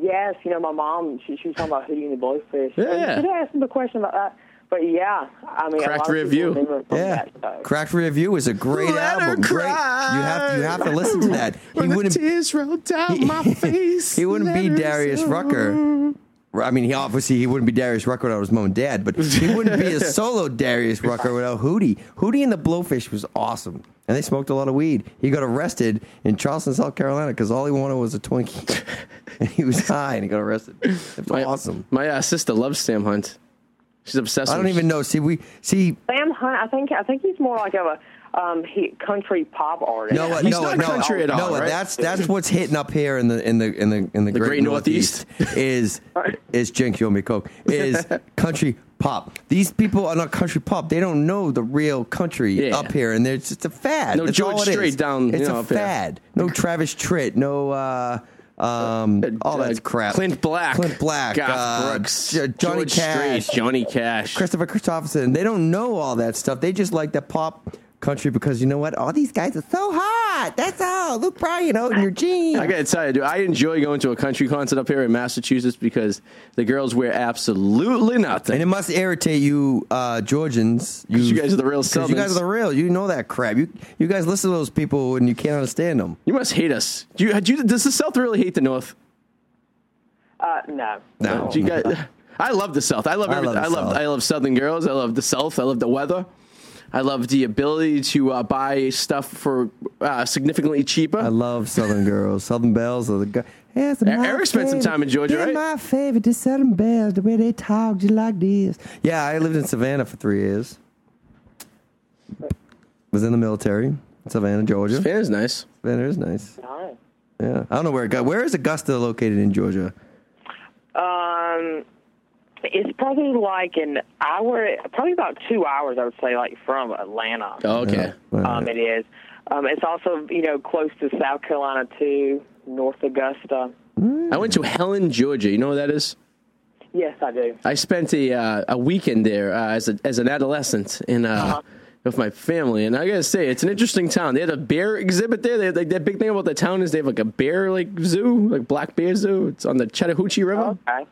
[SPEAKER 8] Yes, you know, my mom, she, she was talking about Hootie and the Blowfish.
[SPEAKER 7] Yeah.
[SPEAKER 8] You should have asked him a question about uh, that. But yeah, I mean,
[SPEAKER 7] Cracked
[SPEAKER 8] a lot of
[SPEAKER 7] Rear
[SPEAKER 8] people
[SPEAKER 7] View.
[SPEAKER 8] remember it from
[SPEAKER 6] Yeah,
[SPEAKER 8] that show.
[SPEAKER 6] Cracked Review is a great
[SPEAKER 7] Let her
[SPEAKER 6] album. Great. You have you have to listen to that. He
[SPEAKER 7] When the
[SPEAKER 6] wouldn't
[SPEAKER 7] tears rolled down
[SPEAKER 6] He-
[SPEAKER 7] my face.
[SPEAKER 6] he wouldn't
[SPEAKER 7] let
[SPEAKER 6] be
[SPEAKER 7] her
[SPEAKER 6] Darius
[SPEAKER 7] go.
[SPEAKER 6] Rucker. I mean, he obviously he wouldn't be Darius Rucker without his mom and dad, but he wouldn't be a solo Darius Rucker without Hootie. Hootie and the Blowfish was awesome, and they smoked a lot of weed. He got arrested in Charleston, South Carolina, because all he wanted was a Twinkie, and he was high, and he got arrested. It's
[SPEAKER 7] My,
[SPEAKER 6] awesome.
[SPEAKER 7] My uh, sister loves Sam Hunt. She's obsessed.
[SPEAKER 6] I don't
[SPEAKER 7] with
[SPEAKER 6] even know. See, we see.
[SPEAKER 8] Sam Hunt, I think I think he's more like of a um, he, country pop artist.
[SPEAKER 6] Noah,
[SPEAKER 7] He's
[SPEAKER 6] Noah,
[SPEAKER 7] not
[SPEAKER 6] Noah,
[SPEAKER 7] country at all,
[SPEAKER 6] Noah,
[SPEAKER 7] right?
[SPEAKER 6] uh, that's that's what's hitting up here in the in the in the in the,
[SPEAKER 7] Great Northeast.
[SPEAKER 6] is is Jink, you owe me coke is country pop. These people are not country pop. They don't know the real country
[SPEAKER 7] Yeah.
[SPEAKER 6] up here, and it's just a fad.
[SPEAKER 7] No
[SPEAKER 6] That's
[SPEAKER 7] George
[SPEAKER 6] all it is.
[SPEAKER 7] Strait down, you
[SPEAKER 6] It's
[SPEAKER 7] know,
[SPEAKER 6] a
[SPEAKER 7] up here.
[SPEAKER 6] fad. No Travis Tritt. No. uh um, all
[SPEAKER 7] Uh,
[SPEAKER 6] that crap.
[SPEAKER 7] Clint Black,
[SPEAKER 6] Clint Black,
[SPEAKER 7] Garth
[SPEAKER 6] uh,
[SPEAKER 7] Brooks,
[SPEAKER 6] J- Johnny
[SPEAKER 7] George
[SPEAKER 6] Cash,
[SPEAKER 7] Strait, Johnny Cash.
[SPEAKER 6] Christopher Christopherson. They don't know all that stuff. They just like the pop country because you know what? All these guys are so hot. That's all. Luke Bryan out in your jeans.
[SPEAKER 7] I gotta tell you, dude, I enjoy going to a country concert up here in Massachusetts because the girls wear absolutely
[SPEAKER 6] and it
[SPEAKER 7] nothing.
[SPEAKER 6] must irritate you, uh, Georgians. You,
[SPEAKER 7] you guys are the real
[SPEAKER 6] 'cause You guys
[SPEAKER 7] Southerns.
[SPEAKER 6] are the real. You know that crap. You you guys listen to those people and you can't understand them.
[SPEAKER 7] You must hate us. Do you, do you- does the South really hate the North?
[SPEAKER 8] Uh, no.
[SPEAKER 6] No.
[SPEAKER 7] Do you guys, I love the South. I love
[SPEAKER 6] I love
[SPEAKER 7] everything.
[SPEAKER 6] the
[SPEAKER 7] I love, I love
[SPEAKER 6] South.
[SPEAKER 7] Southern girls. I love the South. I love the weather. I love the ability to uh, buy stuff for uh, significantly cheaper.
[SPEAKER 6] I love Southern girls. Southern Bells are the guys. Yeah,
[SPEAKER 7] E- Eric spent some time in Georgia, right?
[SPEAKER 6] my favorite, the Southern Bells, the way they talk just like this. Yeah, I lived in Savannah for three years. Was in the military, in Savannah, Georgia.
[SPEAKER 7] Fan is nice.
[SPEAKER 6] Savannah is nice.
[SPEAKER 8] All right.
[SPEAKER 6] Yeah, I don't know where it got. Where is Augusta located in Georgia?
[SPEAKER 8] Um, it's probably like an hour, probably about two hours, I would say, like from Atlanta.
[SPEAKER 7] Oh, okay.
[SPEAKER 8] Um, it is. Um, it's also you know close to South Carolina too, North Augusta.
[SPEAKER 7] I went to Helen, Georgia. You know what that is?
[SPEAKER 8] Yes, I do.
[SPEAKER 7] I spent a uh, a weekend there uh, as a, as an adolescent in uh,
[SPEAKER 8] Uh-huh.
[SPEAKER 7] with my family, and I gotta say it's an interesting town. They had a bear exhibit there. They had, like that big thing about the town is they have like a bear like zoo, like black bear zoo. It's on the Chattahoochee River. Oh,
[SPEAKER 8] Okay.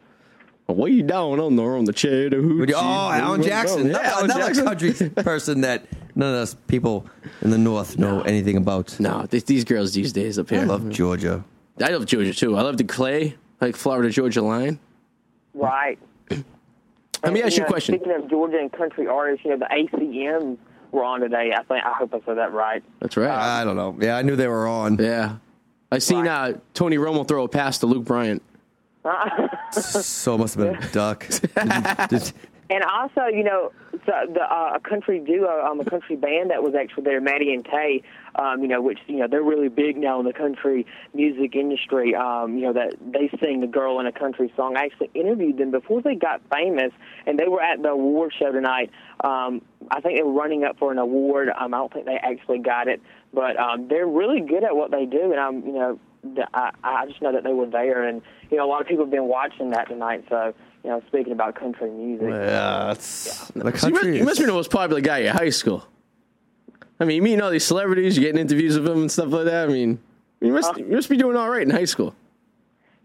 [SPEAKER 7] Way down on the on the Chattahoochee.
[SPEAKER 6] Oh, Alan
[SPEAKER 7] River.
[SPEAKER 6] Jackson,
[SPEAKER 7] Yeah,
[SPEAKER 6] another,
[SPEAKER 7] Alan
[SPEAKER 6] another
[SPEAKER 7] Jackson.
[SPEAKER 6] country person that none of us people in the North know anything about.
[SPEAKER 7] No, th- these girls these days up here.
[SPEAKER 6] I love Georgia.
[SPEAKER 7] I love Georgia too. I love the clay, like Florida Georgia line.
[SPEAKER 8] Right.
[SPEAKER 7] Let me ask you
[SPEAKER 8] know,
[SPEAKER 7] a question.
[SPEAKER 8] Speaking of Georgia and country artists, you know the ACM were on today. I think I hope I said that right.
[SPEAKER 7] That's right.
[SPEAKER 6] I don't know. Yeah, I knew they were on.
[SPEAKER 7] yeah, I seen uh, Tony Romo throw a pass to Luke Bryant.
[SPEAKER 6] So it must have been a duck. Did-
[SPEAKER 8] And also, you know, so the uh, a country duo, um, a country band that was actually there, Maddie and Tay, um, you know, which you know they're really big now in the country music industry. Um, you know that they sing the girl in a country song. I actually interviewed them before they got famous, and they were at the award show tonight. Um, I think they were running up for an award. Um, I don't think they actually got it, but um, they're really good at what they do, and I'm you know th- I, I just know that they were there, and you know a lot of people have been watching that tonight. So you know, speaking about country music,
[SPEAKER 6] Yeah, it's the
[SPEAKER 7] So you, must,
[SPEAKER 6] country.
[SPEAKER 7] you must be
[SPEAKER 6] is-
[SPEAKER 7] the most popular guy at your high school. I mean, you meeting all these celebrities, you're getting interviews with them and stuff like that. I mean, you must you must be doing all right in high school.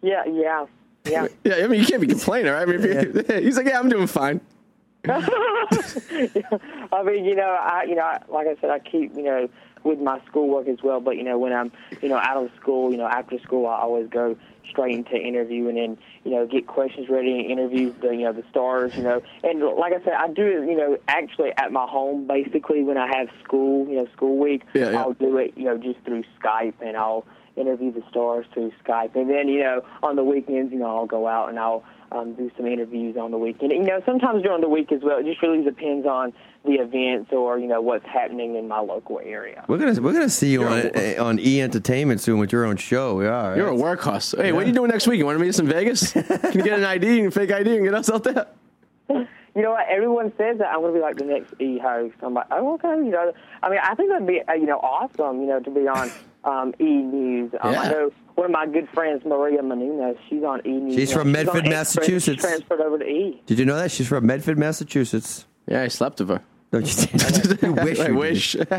[SPEAKER 8] yeah, yeah, yeah,
[SPEAKER 7] Yeah, I mean, you can't be complaining, right? I mean, if you- he's like, yeah, I'm doing fine.
[SPEAKER 8] I mean, you know, I, you know, I- like I said, I keep, you know, with my schoolwork as well. But you know, when I'm, you know, out of school, you know, after school, I always go straight into interview and then, you know, get questions ready and interview the, you know, the stars, you know. And like I said, I do it, you know, actually at my home, basically when I have school, you know, school week,
[SPEAKER 7] Yeah, yeah.
[SPEAKER 8] I'll do it, you know, just through Skype and I'll interview the stars through Skype. And then, you know, on the weekends, you know, I'll go out and I'll um, do some interviews on the weekend. You know, sometimes during the week as well. It just really depends on the events or, you know, what's happening in my local area.
[SPEAKER 6] We're gonna we're gonna see you
[SPEAKER 7] You're
[SPEAKER 6] on
[SPEAKER 7] a-
[SPEAKER 6] eh, on E Entertainment soon with your own show. We are.
[SPEAKER 7] You're a
[SPEAKER 6] right?
[SPEAKER 7] workhorse. Hey, what are you doing next week? You want to meet us in Vegas? Can you get an ID and fake ID and get us out there?
[SPEAKER 8] You know what? Everyone says that I'm going to be like the next E host. I'm like, oh, okay. You know, I mean, I think that'd be, uh, you know, awesome, you know, to be on um, E News. Um,
[SPEAKER 7] Yeah.
[SPEAKER 8] I know one of my good friends, Maria Menounos, she's on E News.
[SPEAKER 6] She's
[SPEAKER 8] now.
[SPEAKER 6] from
[SPEAKER 8] on
[SPEAKER 6] Medford,
[SPEAKER 8] X Friends. She
[SPEAKER 6] Massachusetts.
[SPEAKER 8] transferred over to E.
[SPEAKER 6] Did you know that she's from Medford, Massachusetts?
[SPEAKER 7] Yeah, I slept with her.
[SPEAKER 6] No, you didn't. You wish.
[SPEAKER 7] I
[SPEAKER 6] you
[SPEAKER 7] wish.
[SPEAKER 6] did.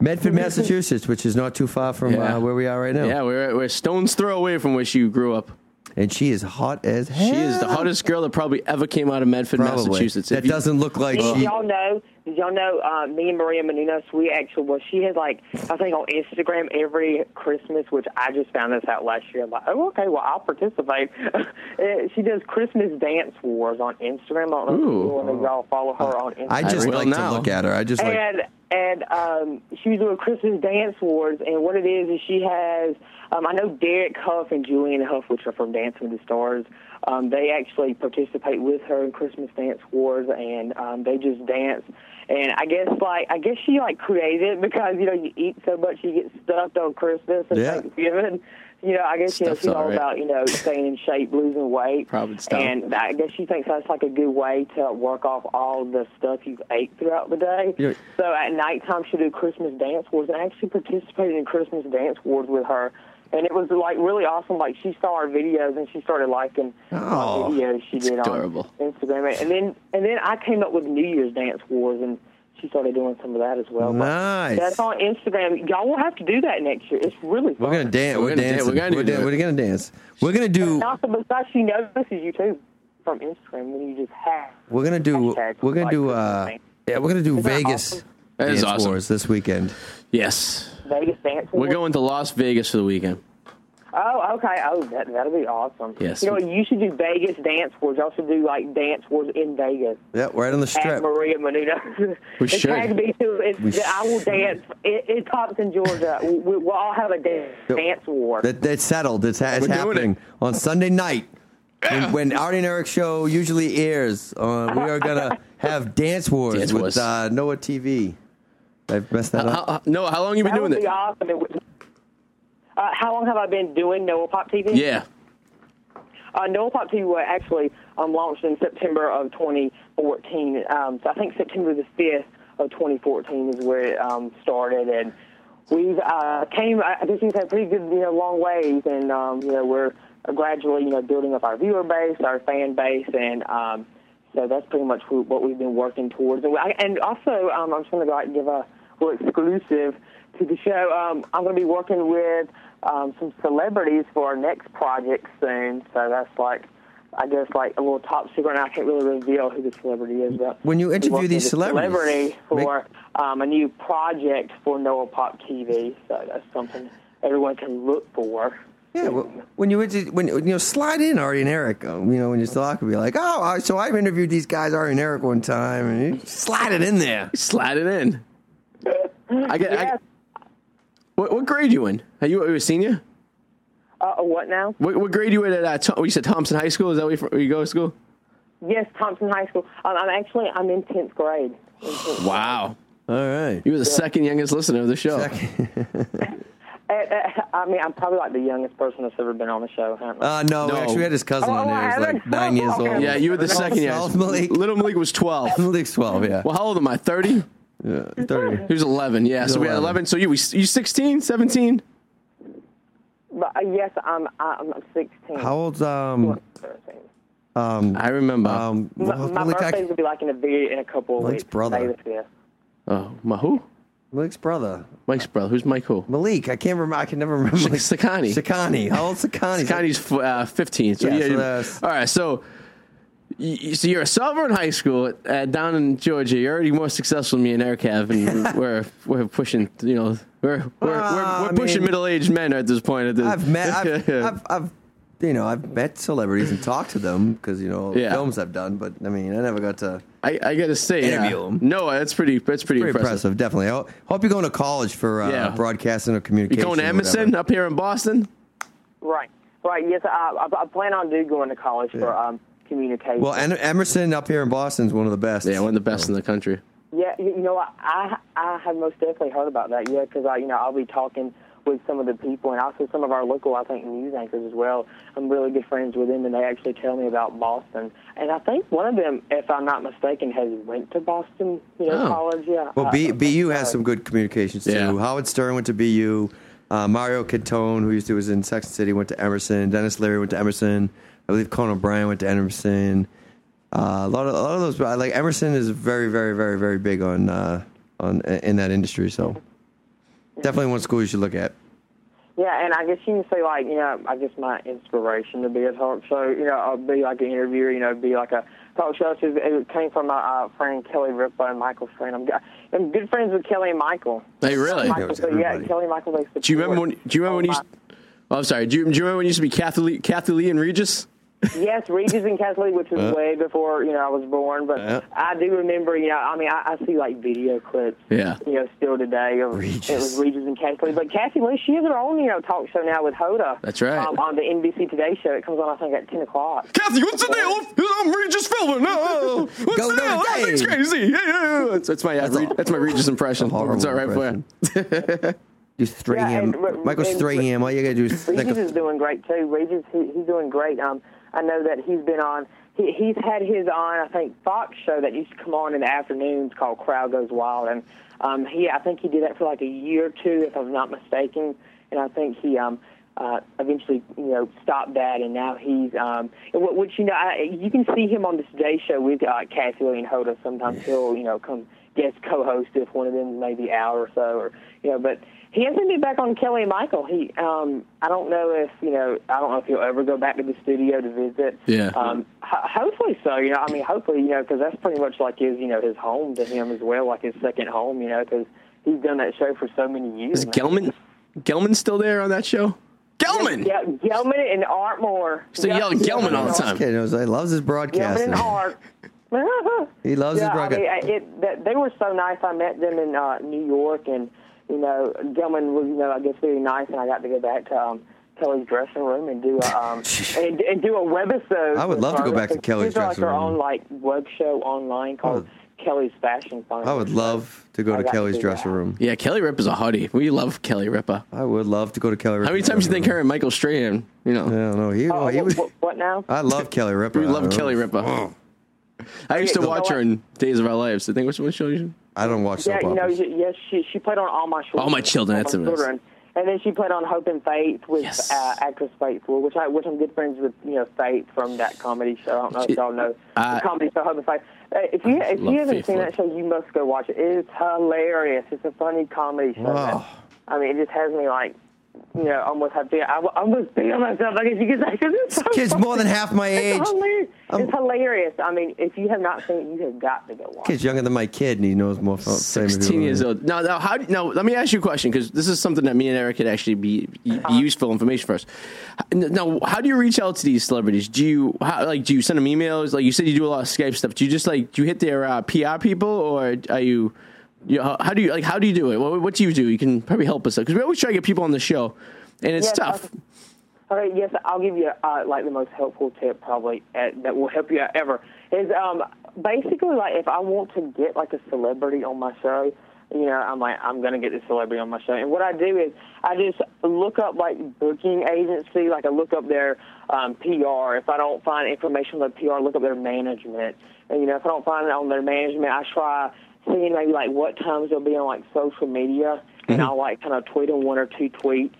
[SPEAKER 6] Medford, Massachusetts, which is not too far from
[SPEAKER 7] Yeah.
[SPEAKER 6] uh, where we are right now.
[SPEAKER 7] Yeah, we're, we're a stone's throw away from where she grew up.
[SPEAKER 6] And she is hot as hell.
[SPEAKER 7] She is the hottest girl that probably ever came out of Medford,
[SPEAKER 6] Probably.
[SPEAKER 7] Massachusetts. If
[SPEAKER 6] That
[SPEAKER 7] you-
[SPEAKER 6] doesn't look like
[SPEAKER 8] Did
[SPEAKER 6] she.
[SPEAKER 8] y'all know? Did y'all know? Uh, me and Maria Menounos, we actually well, she has like I think on Instagram every Christmas, which I just found this out last year. I'm like, oh okay, well I'll participate. Eh, she does Christmas dance wars on Instagram. I don't
[SPEAKER 7] Ooh.
[SPEAKER 8] know if y'all follow her on Instagram.
[SPEAKER 6] I just
[SPEAKER 7] will
[SPEAKER 6] like
[SPEAKER 7] now.
[SPEAKER 6] to look at her. I just like.
[SPEAKER 8] And and um, she was doing Christmas dance wars, and what it is is she has. Um, I know Derek Huff and Julian Huff, which are from Dancing with the Stars. Um, they actually participate with her in Christmas dance wars, and um, they just dance. And I guess like I guess she like created it because you know you eat so much you get stuffed on Christmas and
[SPEAKER 6] Yeah.
[SPEAKER 8] Thanksgiving. You know I guess you know,
[SPEAKER 7] Stuff's
[SPEAKER 8] she's
[SPEAKER 7] all
[SPEAKER 8] all
[SPEAKER 7] right.
[SPEAKER 8] about you know staying in shape, losing weight,
[SPEAKER 7] Probably stuff.
[SPEAKER 8] and I guess she thinks that's like a good way to work off all the stuff you've ate throughout the day.
[SPEAKER 6] Yeah.
[SPEAKER 8] So at nighttime, she did Christmas dance wars, and I actually participated in Christmas dance wars with her. And it was like really awesome. Like she saw our videos and she started liking
[SPEAKER 6] Oh,
[SPEAKER 8] our videos she did
[SPEAKER 7] adorable.
[SPEAKER 8] on Instagram. And then and then I came up with New Year's dance wars, and she started doing some of that as well. But
[SPEAKER 6] Nice.
[SPEAKER 8] That's on Instagram. Y'all will have to do that next year. It's really fun.
[SPEAKER 6] We're gonna dance.
[SPEAKER 7] We're
[SPEAKER 6] We're,
[SPEAKER 7] gonna
[SPEAKER 6] dancing.
[SPEAKER 7] dan- we're gonna
[SPEAKER 6] we're,
[SPEAKER 7] do
[SPEAKER 6] dan-
[SPEAKER 7] it.
[SPEAKER 6] we're gonna dance. We're gonna do.
[SPEAKER 8] Not besides she notices you too from Instagram when you just have.
[SPEAKER 6] We're gonna do.
[SPEAKER 8] Hashtag
[SPEAKER 6] We're gonna
[SPEAKER 8] like
[SPEAKER 6] do.
[SPEAKER 8] Christmas
[SPEAKER 6] Uh,
[SPEAKER 8] dance.
[SPEAKER 6] yeah, we're gonna do
[SPEAKER 8] Isn't that
[SPEAKER 6] Vegas
[SPEAKER 8] awesome?
[SPEAKER 7] That is
[SPEAKER 6] dance
[SPEAKER 7] awesome.
[SPEAKER 6] wars this weekend.
[SPEAKER 7] Yes.
[SPEAKER 8] Vegas dance.
[SPEAKER 7] We're going to Las Vegas for the weekend.
[SPEAKER 8] Oh, okay. Oh, that that'll be awesome.
[SPEAKER 7] Yes.
[SPEAKER 8] You know, what? you should do Vegas dance wars. Y'all should do like dance wars in Vegas
[SPEAKER 6] Yeah, right on the
[SPEAKER 8] at
[SPEAKER 6] strip.
[SPEAKER 8] Maria Menuda.
[SPEAKER 7] We
[SPEAKER 8] it
[SPEAKER 7] should.
[SPEAKER 8] tagged me to it.
[SPEAKER 6] We
[SPEAKER 8] I will dance. It, it pops in Georgia. we, we'll all have a dance,
[SPEAKER 6] Yep.
[SPEAKER 8] dance war.
[SPEAKER 6] That, that's settled. It's, ha- it's
[SPEAKER 7] We're doing it.
[SPEAKER 6] happening on Sunday night. When, when Artie and Eric's show usually airs, uh, we are gonna have dance wars
[SPEAKER 7] Dance
[SPEAKER 6] with
[SPEAKER 7] wars.
[SPEAKER 6] Uh, Noah TV. I've messed that
[SPEAKER 7] How,
[SPEAKER 6] up.
[SPEAKER 7] how, no, how long you been
[SPEAKER 8] that
[SPEAKER 7] doing
[SPEAKER 8] would be
[SPEAKER 7] that?
[SPEAKER 8] awesome. It would- uh, how long have I been doing Noah Pop TV?
[SPEAKER 7] Yeah.
[SPEAKER 8] Uh, Noah Pop TV was actually um, launched in September of 2014. Um, so I think September the 5th of 2014 is where it um, started, and we've uh, came. I guess we've had pretty good, you know, long ways, and um, you know we're gradually, you know, building up our viewer base, our fan base, and um, so that's pretty much wh- what we've been working towards. And, we, I, and also, um, I'm just going to go out and give a little exclusive to the show. Um, I'm going to be working with um, some celebrities for our next project soon. So that's like, I guess, like a little top secret. And I can't really reveal who the celebrity is. But
[SPEAKER 6] When you
[SPEAKER 8] we'll be
[SPEAKER 6] interview
[SPEAKER 8] working
[SPEAKER 6] these
[SPEAKER 8] with a
[SPEAKER 6] celebrities,
[SPEAKER 8] celebrity
[SPEAKER 6] make-
[SPEAKER 8] for um, a new project for Noah Pop TV. So that's something everyone can look for.
[SPEAKER 6] Yeah, well, when you inter- when you know slide in Ari and Eric, um, you know when you talk, be like, oh, I- so I've interviewed these guys, Ari and Eric, one time, and you slide it in there.
[SPEAKER 7] Slide it in. I get. I,
[SPEAKER 8] Yes.
[SPEAKER 7] what, what grade you in? Are you, are you a senior?
[SPEAKER 8] Uh, what now?
[SPEAKER 7] What, what grade you in at? Uh, Tom, you said Thompson High School. Is that where you, fr- where you go to school?
[SPEAKER 8] Yes, Thompson High School. Um, I'm actually I'm in tenth grade. In 10th grade.
[SPEAKER 7] Wow.
[SPEAKER 6] All right,
[SPEAKER 7] You were the second youngest listener of the show.
[SPEAKER 8] Uh, uh, I mean, I'm probably like the youngest person that's ever been on the show. haven't I?
[SPEAKER 6] Uh, no,
[SPEAKER 7] No.
[SPEAKER 6] we actually had his cousin
[SPEAKER 8] Oh,
[SPEAKER 6] on
[SPEAKER 8] I
[SPEAKER 6] there. He was like
[SPEAKER 8] haven't-
[SPEAKER 6] nine years
[SPEAKER 8] Okay.
[SPEAKER 6] old.
[SPEAKER 7] Yeah, you were the second
[SPEAKER 6] Twelve,
[SPEAKER 7] youngest.
[SPEAKER 6] Malik.
[SPEAKER 7] Little Malik was 12.
[SPEAKER 6] Malik's twelve. Yeah,
[SPEAKER 7] Well, how old am I? 30?
[SPEAKER 6] yeah 30.
[SPEAKER 8] uh,
[SPEAKER 7] He was 11. Yeah, so we had 11.
[SPEAKER 6] 11.
[SPEAKER 7] So you, we, you 16, 17?
[SPEAKER 8] But uh, yes, I'm, I'm 16.
[SPEAKER 6] How old's um
[SPEAKER 8] 13.
[SPEAKER 7] I remember.
[SPEAKER 6] um?
[SPEAKER 8] My,
[SPEAKER 6] Malik
[SPEAKER 8] my
[SPEAKER 6] Ak-
[SPEAKER 8] birthday's going to be like in a, bit, in a couple of
[SPEAKER 6] Link's
[SPEAKER 8] weeks.
[SPEAKER 6] brother.
[SPEAKER 8] May the fifth.
[SPEAKER 7] oh, my who?
[SPEAKER 6] Malik's brother,
[SPEAKER 7] Mike's brother. Who's Mike? Who?
[SPEAKER 6] Malik. I can't remember. I can never remember. Malik-
[SPEAKER 7] Sakani.
[SPEAKER 6] Sakani. How old's Sakani?
[SPEAKER 7] Connie's f- uh, 15. So
[SPEAKER 6] Yeah,
[SPEAKER 7] yeah,
[SPEAKER 6] so
[SPEAKER 7] you-
[SPEAKER 6] that's-
[SPEAKER 7] all right. So, y- y- so you're a sophomore in high school uh, down in Georgia. You're already more successful than me and Eric have, and we're we're pushing. You know, we're we're,
[SPEAKER 6] Well,
[SPEAKER 7] we're,
[SPEAKER 6] I
[SPEAKER 7] we're pushing
[SPEAKER 6] mean-
[SPEAKER 7] middle aged men at this point. At this,
[SPEAKER 6] I've met. I've, I've, I've you know I've met celebrities and talked to them because you know
[SPEAKER 7] Yeah.
[SPEAKER 6] films I've done, but I mean I never got to.
[SPEAKER 7] I, I gotta say, yeah.
[SPEAKER 6] Interview 'em.
[SPEAKER 7] no, that's pretty. That's pretty,
[SPEAKER 6] Pretty
[SPEAKER 7] impressive.
[SPEAKER 6] impressive, definitely. I ho- hope you're going to college for uh,
[SPEAKER 7] Yeah.
[SPEAKER 6] broadcasting or
[SPEAKER 7] You
[SPEAKER 6] communication.
[SPEAKER 7] going to
[SPEAKER 6] or
[SPEAKER 7] Emerson
[SPEAKER 6] whatever.
[SPEAKER 7] up here in Boston?
[SPEAKER 8] Right. Right. Yes, I, I, I plan on do going to college for um, communication.
[SPEAKER 6] Well, and Emerson up here in Boston is one of the best.
[SPEAKER 7] Yeah, one of the best in the country.
[SPEAKER 8] Yeah, you you know, I I I have most definitely heard about that. Yeah, because I, you know, I'll be talking with some of the people and also some of our local, I think, news anchors as well. I'm really good friends with them, and they actually tell me about Boston. And I think one of them, if I'm not mistaken, has went to Boston, you know,
[SPEAKER 7] Oh.
[SPEAKER 8] college. Yeah.
[SPEAKER 6] Well,
[SPEAKER 8] I- I
[SPEAKER 6] B,
[SPEAKER 8] think
[SPEAKER 6] BU
[SPEAKER 8] so.
[SPEAKER 6] has some good communications too.
[SPEAKER 7] Yeah.
[SPEAKER 6] Howard Stern went to BU. Uh, Mario Catone, who used to was in Sex and City, went to Emerson. Dennis Leary went to Emerson. I believe Conan O'Brien went to Emerson. Uh, a lot of a lot of those, like Emerson, is very, very, very, very big on uh, on in that industry. So definitely one school you should look at.
[SPEAKER 8] Yeah, and I guess you can say like, you know, I guess my inspiration to be a talk show, you know, I'll be like an interviewer, you know, be like a talk show. host. It came from my uh, friend Kelly Ripa and Michael Strain. I'm, I'm good friends with Kelly and Michael.
[SPEAKER 7] Hey, really?
[SPEAKER 8] Michael, so yeah,
[SPEAKER 6] Everybody.
[SPEAKER 8] Kelly and Michael. They
[SPEAKER 7] Do you remember when? Do you remember when you? Oh, I'm sorry. Do you, do you remember when you used to be Kathleen, Kathleen and Regis?
[SPEAKER 8] Yes, Regis and Catholic, which was way before you know I was born, but
[SPEAKER 6] Uh. Yeah.
[SPEAKER 8] I do remember. You know, I mean, I, I see like video clips.
[SPEAKER 7] Yeah.
[SPEAKER 8] You know, still today of it
[SPEAKER 6] Regis.
[SPEAKER 8] was Regis and Catholic, but Kathy Lee, she has her own you know talk show now with Hoda.
[SPEAKER 7] That's right.
[SPEAKER 8] Um, on the NBC Today show, it comes on I think at ten o'clock.
[SPEAKER 7] Kathy, what's the deal? I'm Regis Philbin. No, what's
[SPEAKER 6] Go
[SPEAKER 7] the deal?
[SPEAKER 6] Notre
[SPEAKER 7] Everything's
[SPEAKER 6] Dame.
[SPEAKER 7] crazy. Yeah, yeah, yeah. That's, that's my that's, that's my Regis impression.
[SPEAKER 6] horrible
[SPEAKER 7] It's all right
[SPEAKER 6] impression.
[SPEAKER 7] for you.
[SPEAKER 6] Do Strahan,
[SPEAKER 8] and re-
[SPEAKER 6] Michael
[SPEAKER 8] and-
[SPEAKER 6] Strahan. All you gotta do is like
[SPEAKER 8] Regis
[SPEAKER 6] a,
[SPEAKER 8] is doing great too. Regis, he, he's doing great. Um, I know that he's been on. He, he's had his on. I think Fox show that used to come on in the afternoons called Crowd Goes Wild, and um, he I think he did that for like a year or two, if I'm not mistaken. And I think he um, uh, eventually you know stopped that, and now he's um, wh- which you know I, you can see him on the Today Show with uh, Kathy Lee and Hoda. Sometimes he'll you know come guest co-host if one of them may be out or so, or you know, but. He hasn't been back on Kelly and Michael. He, um, I don't know if you know, I don't know if he'll ever go back to the studio to visit.
[SPEAKER 7] Yeah.
[SPEAKER 8] Um, ho- hopefully so. You know, I mean, hopefully you know, because that's pretty much like his, you know, his home to him as well, like his second home. You know, because he's done that show for so many years.
[SPEAKER 7] Is Gelman Gelman still there on that show? Gelman.
[SPEAKER 8] Yeah, Gelman and Art Moore.
[SPEAKER 7] So you
[SPEAKER 8] Yep,
[SPEAKER 7] yell Gelman all the
[SPEAKER 8] and
[SPEAKER 7] time.
[SPEAKER 6] He loves his
[SPEAKER 8] Gelman
[SPEAKER 6] broadcasting.
[SPEAKER 8] and Art.
[SPEAKER 6] He loves
[SPEAKER 8] yeah,
[SPEAKER 6] his broadcast.
[SPEAKER 8] I mean, I- it, that, they were so nice. I met them in uh, New York, and you know, Gilman was, you know, I guess very nice, and I got to go back to um, Kelly's dressing room and do a um, and, and do a webisode.
[SPEAKER 6] I would love to go back to Kelly's
[SPEAKER 8] She's got, like,
[SPEAKER 6] dressing
[SPEAKER 8] her
[SPEAKER 6] room.
[SPEAKER 8] own like web show online called Kelly's Fashion Fund.
[SPEAKER 6] I would love to go
[SPEAKER 8] I
[SPEAKER 6] to
[SPEAKER 8] got to
[SPEAKER 6] Kelly's
[SPEAKER 8] do
[SPEAKER 6] dressing
[SPEAKER 8] that.
[SPEAKER 6] room.
[SPEAKER 7] Yeah, Kelly Ripa's a hottie. We love Kelly Ripa.
[SPEAKER 6] I would love to go to Kelly.
[SPEAKER 7] How many times do you think her and Michael Strahan? You know,
[SPEAKER 6] I don't know. He,
[SPEAKER 8] Oh,
[SPEAKER 6] he
[SPEAKER 8] what,
[SPEAKER 6] was.
[SPEAKER 8] what, what now?
[SPEAKER 6] I love Kelly Ripa.
[SPEAKER 7] we
[SPEAKER 6] I
[SPEAKER 7] love
[SPEAKER 6] don't know.
[SPEAKER 7] Kelly Ripa. I used to
[SPEAKER 8] Mm. You know
[SPEAKER 7] watch her
[SPEAKER 8] what?
[SPEAKER 7] in Days of Our Lives. I think which one show you?
[SPEAKER 6] I don't watch
[SPEAKER 8] Yeah,
[SPEAKER 6] soap
[SPEAKER 8] you know,
[SPEAKER 6] operas.
[SPEAKER 8] yes, she she played on All My Children.
[SPEAKER 7] All My Children, that's
[SPEAKER 8] All My
[SPEAKER 7] what it is.
[SPEAKER 8] Children. And then she played on Hope and Faith with
[SPEAKER 7] Yes.
[SPEAKER 8] uh, actress Faithful, which I which I'm good friends with, you know, Faith from that comedy show. I don't know if y'all know
[SPEAKER 7] I-
[SPEAKER 8] the comedy show Hope and Faith. Uh, if you if
[SPEAKER 7] love
[SPEAKER 8] you haven't
[SPEAKER 7] Faithful.
[SPEAKER 8] seen that show, you must go watch it. It's hilarious. It's a funny comedy show.
[SPEAKER 6] Wow.
[SPEAKER 8] I mean, it just has me like, you know, almost have to. I w- almost feel myself. I guess you could say 'cause it's so
[SPEAKER 6] This kid's more than
[SPEAKER 8] funny.
[SPEAKER 6] half my age.
[SPEAKER 8] It's hilarious.
[SPEAKER 6] Um,
[SPEAKER 8] it's hilarious. I mean, if you have not seen it, you have got to go watch. it.
[SPEAKER 6] Kid's younger than my kid, and he knows more. About
[SPEAKER 7] Sixteen years old. Now, now, how? Now, let me ask you a question because this is something that me and Eric could actually be, be
[SPEAKER 8] Uh-huh.
[SPEAKER 7] useful information for us. Now, how do you reach out to these celebrities? Do you how, like do you send them emails? Like you said, you do a lot of Skype stuff. Do you just like do you hit their uh, PR people, or are you? You know, how- how do you like? How do you do it? What, what do you do? You can probably help us out because we always try to get people on the show, and it's
[SPEAKER 8] Yes,
[SPEAKER 7] tough.
[SPEAKER 8] I- All right, yes, I'll give you uh, like the most helpful tip probably uh that will help you out ever is um, basically like if I want to get like a celebrity on my show, you know, I'm like I'm gonna get this celebrity on my show, and what I do is I just look up like booking agency, like I look up their um, PR. If I don't find information on the PR, look up their management, and you know, if I don't find it on their management, I try seeing maybe like what times they'll be on like social media, and I'll like kind of tweet them one or two tweets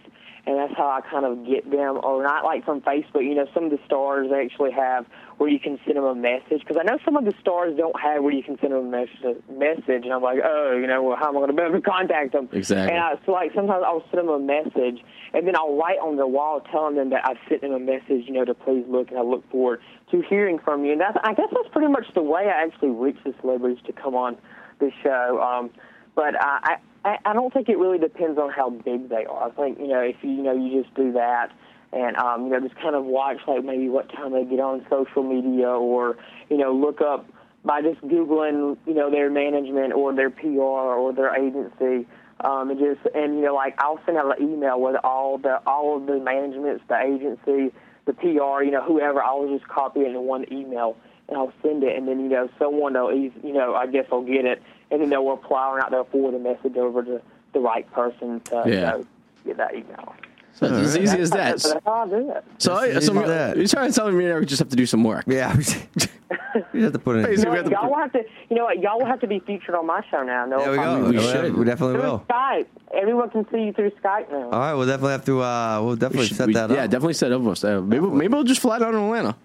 [SPEAKER 8] and that's how I kind of get them. Or not like from Facebook, you know, some of the stars actually have where you can send them a message because I know some of the stars don't have where you can send them a message. Message, and I'm like, oh, you know, well, how am I going to be able to contact them?
[SPEAKER 7] Exactly.
[SPEAKER 8] And I, so like sometimes I'll send them a message, and then I'll write on the wall telling them that I sent them a message, you know, to please look, and I look forward to hearing from you. And that's, I guess that's pretty much the way I actually reach the celebrities to come on the show. Um, but I, I, I don't think it really depends on how big they are. I think you know if you, you know you just do that and um, you know just kind of watch like maybe what time they get on social media or you know look up by just googling you know their management or their PR or their agency. Um, and just and you know like I'll send out an email with all the all of the managements, the agency, the PR, you know whoever. I'll just copy it in one email and I'll send it, and then you know someone will, eas- you know, I guess I'll get it, and then they'll reply or not. They'll forward the message over to the right person to you
[SPEAKER 7] Yeah.
[SPEAKER 8] know, get that email.
[SPEAKER 7] So it's as easy as that.
[SPEAKER 8] That's,
[SPEAKER 7] So,
[SPEAKER 8] that's how I do it.
[SPEAKER 7] I, so
[SPEAKER 6] Easy as that.
[SPEAKER 7] you're trying to tell me we just have to do some work.
[SPEAKER 6] Yeah, you have to put in.
[SPEAKER 7] Basically.
[SPEAKER 8] You know,
[SPEAKER 7] we
[SPEAKER 8] what,
[SPEAKER 7] have to-
[SPEAKER 8] y'all will have to, you know what, y'all will have to be featured on my show now. No,
[SPEAKER 6] There we go.
[SPEAKER 8] problem.
[SPEAKER 7] We
[SPEAKER 6] We'll
[SPEAKER 7] should.
[SPEAKER 6] have- We definitely
[SPEAKER 8] Through
[SPEAKER 6] will.
[SPEAKER 8] Skype, everyone can see you through Skype now.
[SPEAKER 6] All right, we'll definitely have to. Uh, we'll definitely
[SPEAKER 7] should-
[SPEAKER 6] set that
[SPEAKER 7] yeah,
[SPEAKER 6] up.
[SPEAKER 7] definitely set up. us. Uh, Maybe maybe we'll just fly down to Atlanta.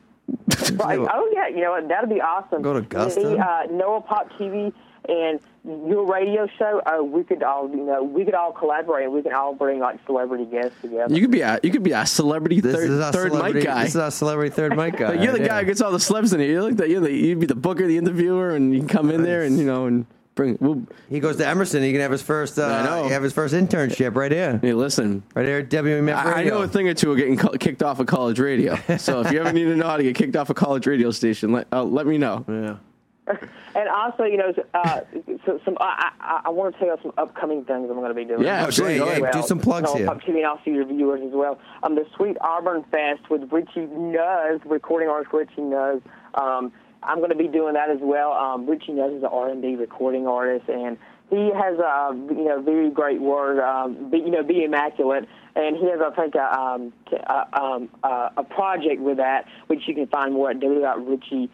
[SPEAKER 8] Right.
[SPEAKER 6] Yeah.
[SPEAKER 8] Oh yeah, you know what? That'd be awesome.
[SPEAKER 6] Go to Augusta.
[SPEAKER 8] The, uh, Noah Pop TV and your radio show. Uh, we could all, you know, we could all collaborate. We can all bring like celebrity guests together.
[SPEAKER 7] You could be a, you could be a celebrity
[SPEAKER 6] This
[SPEAKER 7] third,
[SPEAKER 6] is our
[SPEAKER 7] third
[SPEAKER 6] celebrity.
[SPEAKER 7] mic guy.
[SPEAKER 6] This is our celebrity third mic guy.
[SPEAKER 7] Like, you're the
[SPEAKER 6] right
[SPEAKER 7] guy
[SPEAKER 6] here.
[SPEAKER 7] who gets all the celebs in here. You're like the, you're the, you'd be the booker, the interviewer, and you can come in there and you know and bring. We'll,
[SPEAKER 6] He goes to Emerson. He can have his first. Uh,
[SPEAKER 7] I know.
[SPEAKER 6] Have his first internship right here.
[SPEAKER 7] hey, listen,
[SPEAKER 6] Right here at WMF
[SPEAKER 7] I, I
[SPEAKER 6] Radio.
[SPEAKER 7] know a thing or two of getting co- kicked off of college radio. So if you ever need to know how to get kicked off a college radio station, let uh, let me know.
[SPEAKER 6] Yeah.
[SPEAKER 8] And also, you know, uh, so some I, I, I want to tell you some upcoming things I'm going to be doing.
[SPEAKER 7] Yeah, Oh, absolutely. dang,
[SPEAKER 8] As
[SPEAKER 7] hey,
[SPEAKER 8] well.
[SPEAKER 6] do some plugs
[SPEAKER 8] and
[SPEAKER 6] here.
[SPEAKER 8] I'll talk to you and also your viewers as well. Um, the Sweet Auburn Fest with Richie Nuz, recording artist Richie Nuz. Um, I'm going to be doing that as well. Um, Richie Nuz is an R&B recording artist, and he has a you know very great word, um, be, you know, be immaculate. And he has, I think, a, um, a, um, a, a project with that, which you can find more at www.richie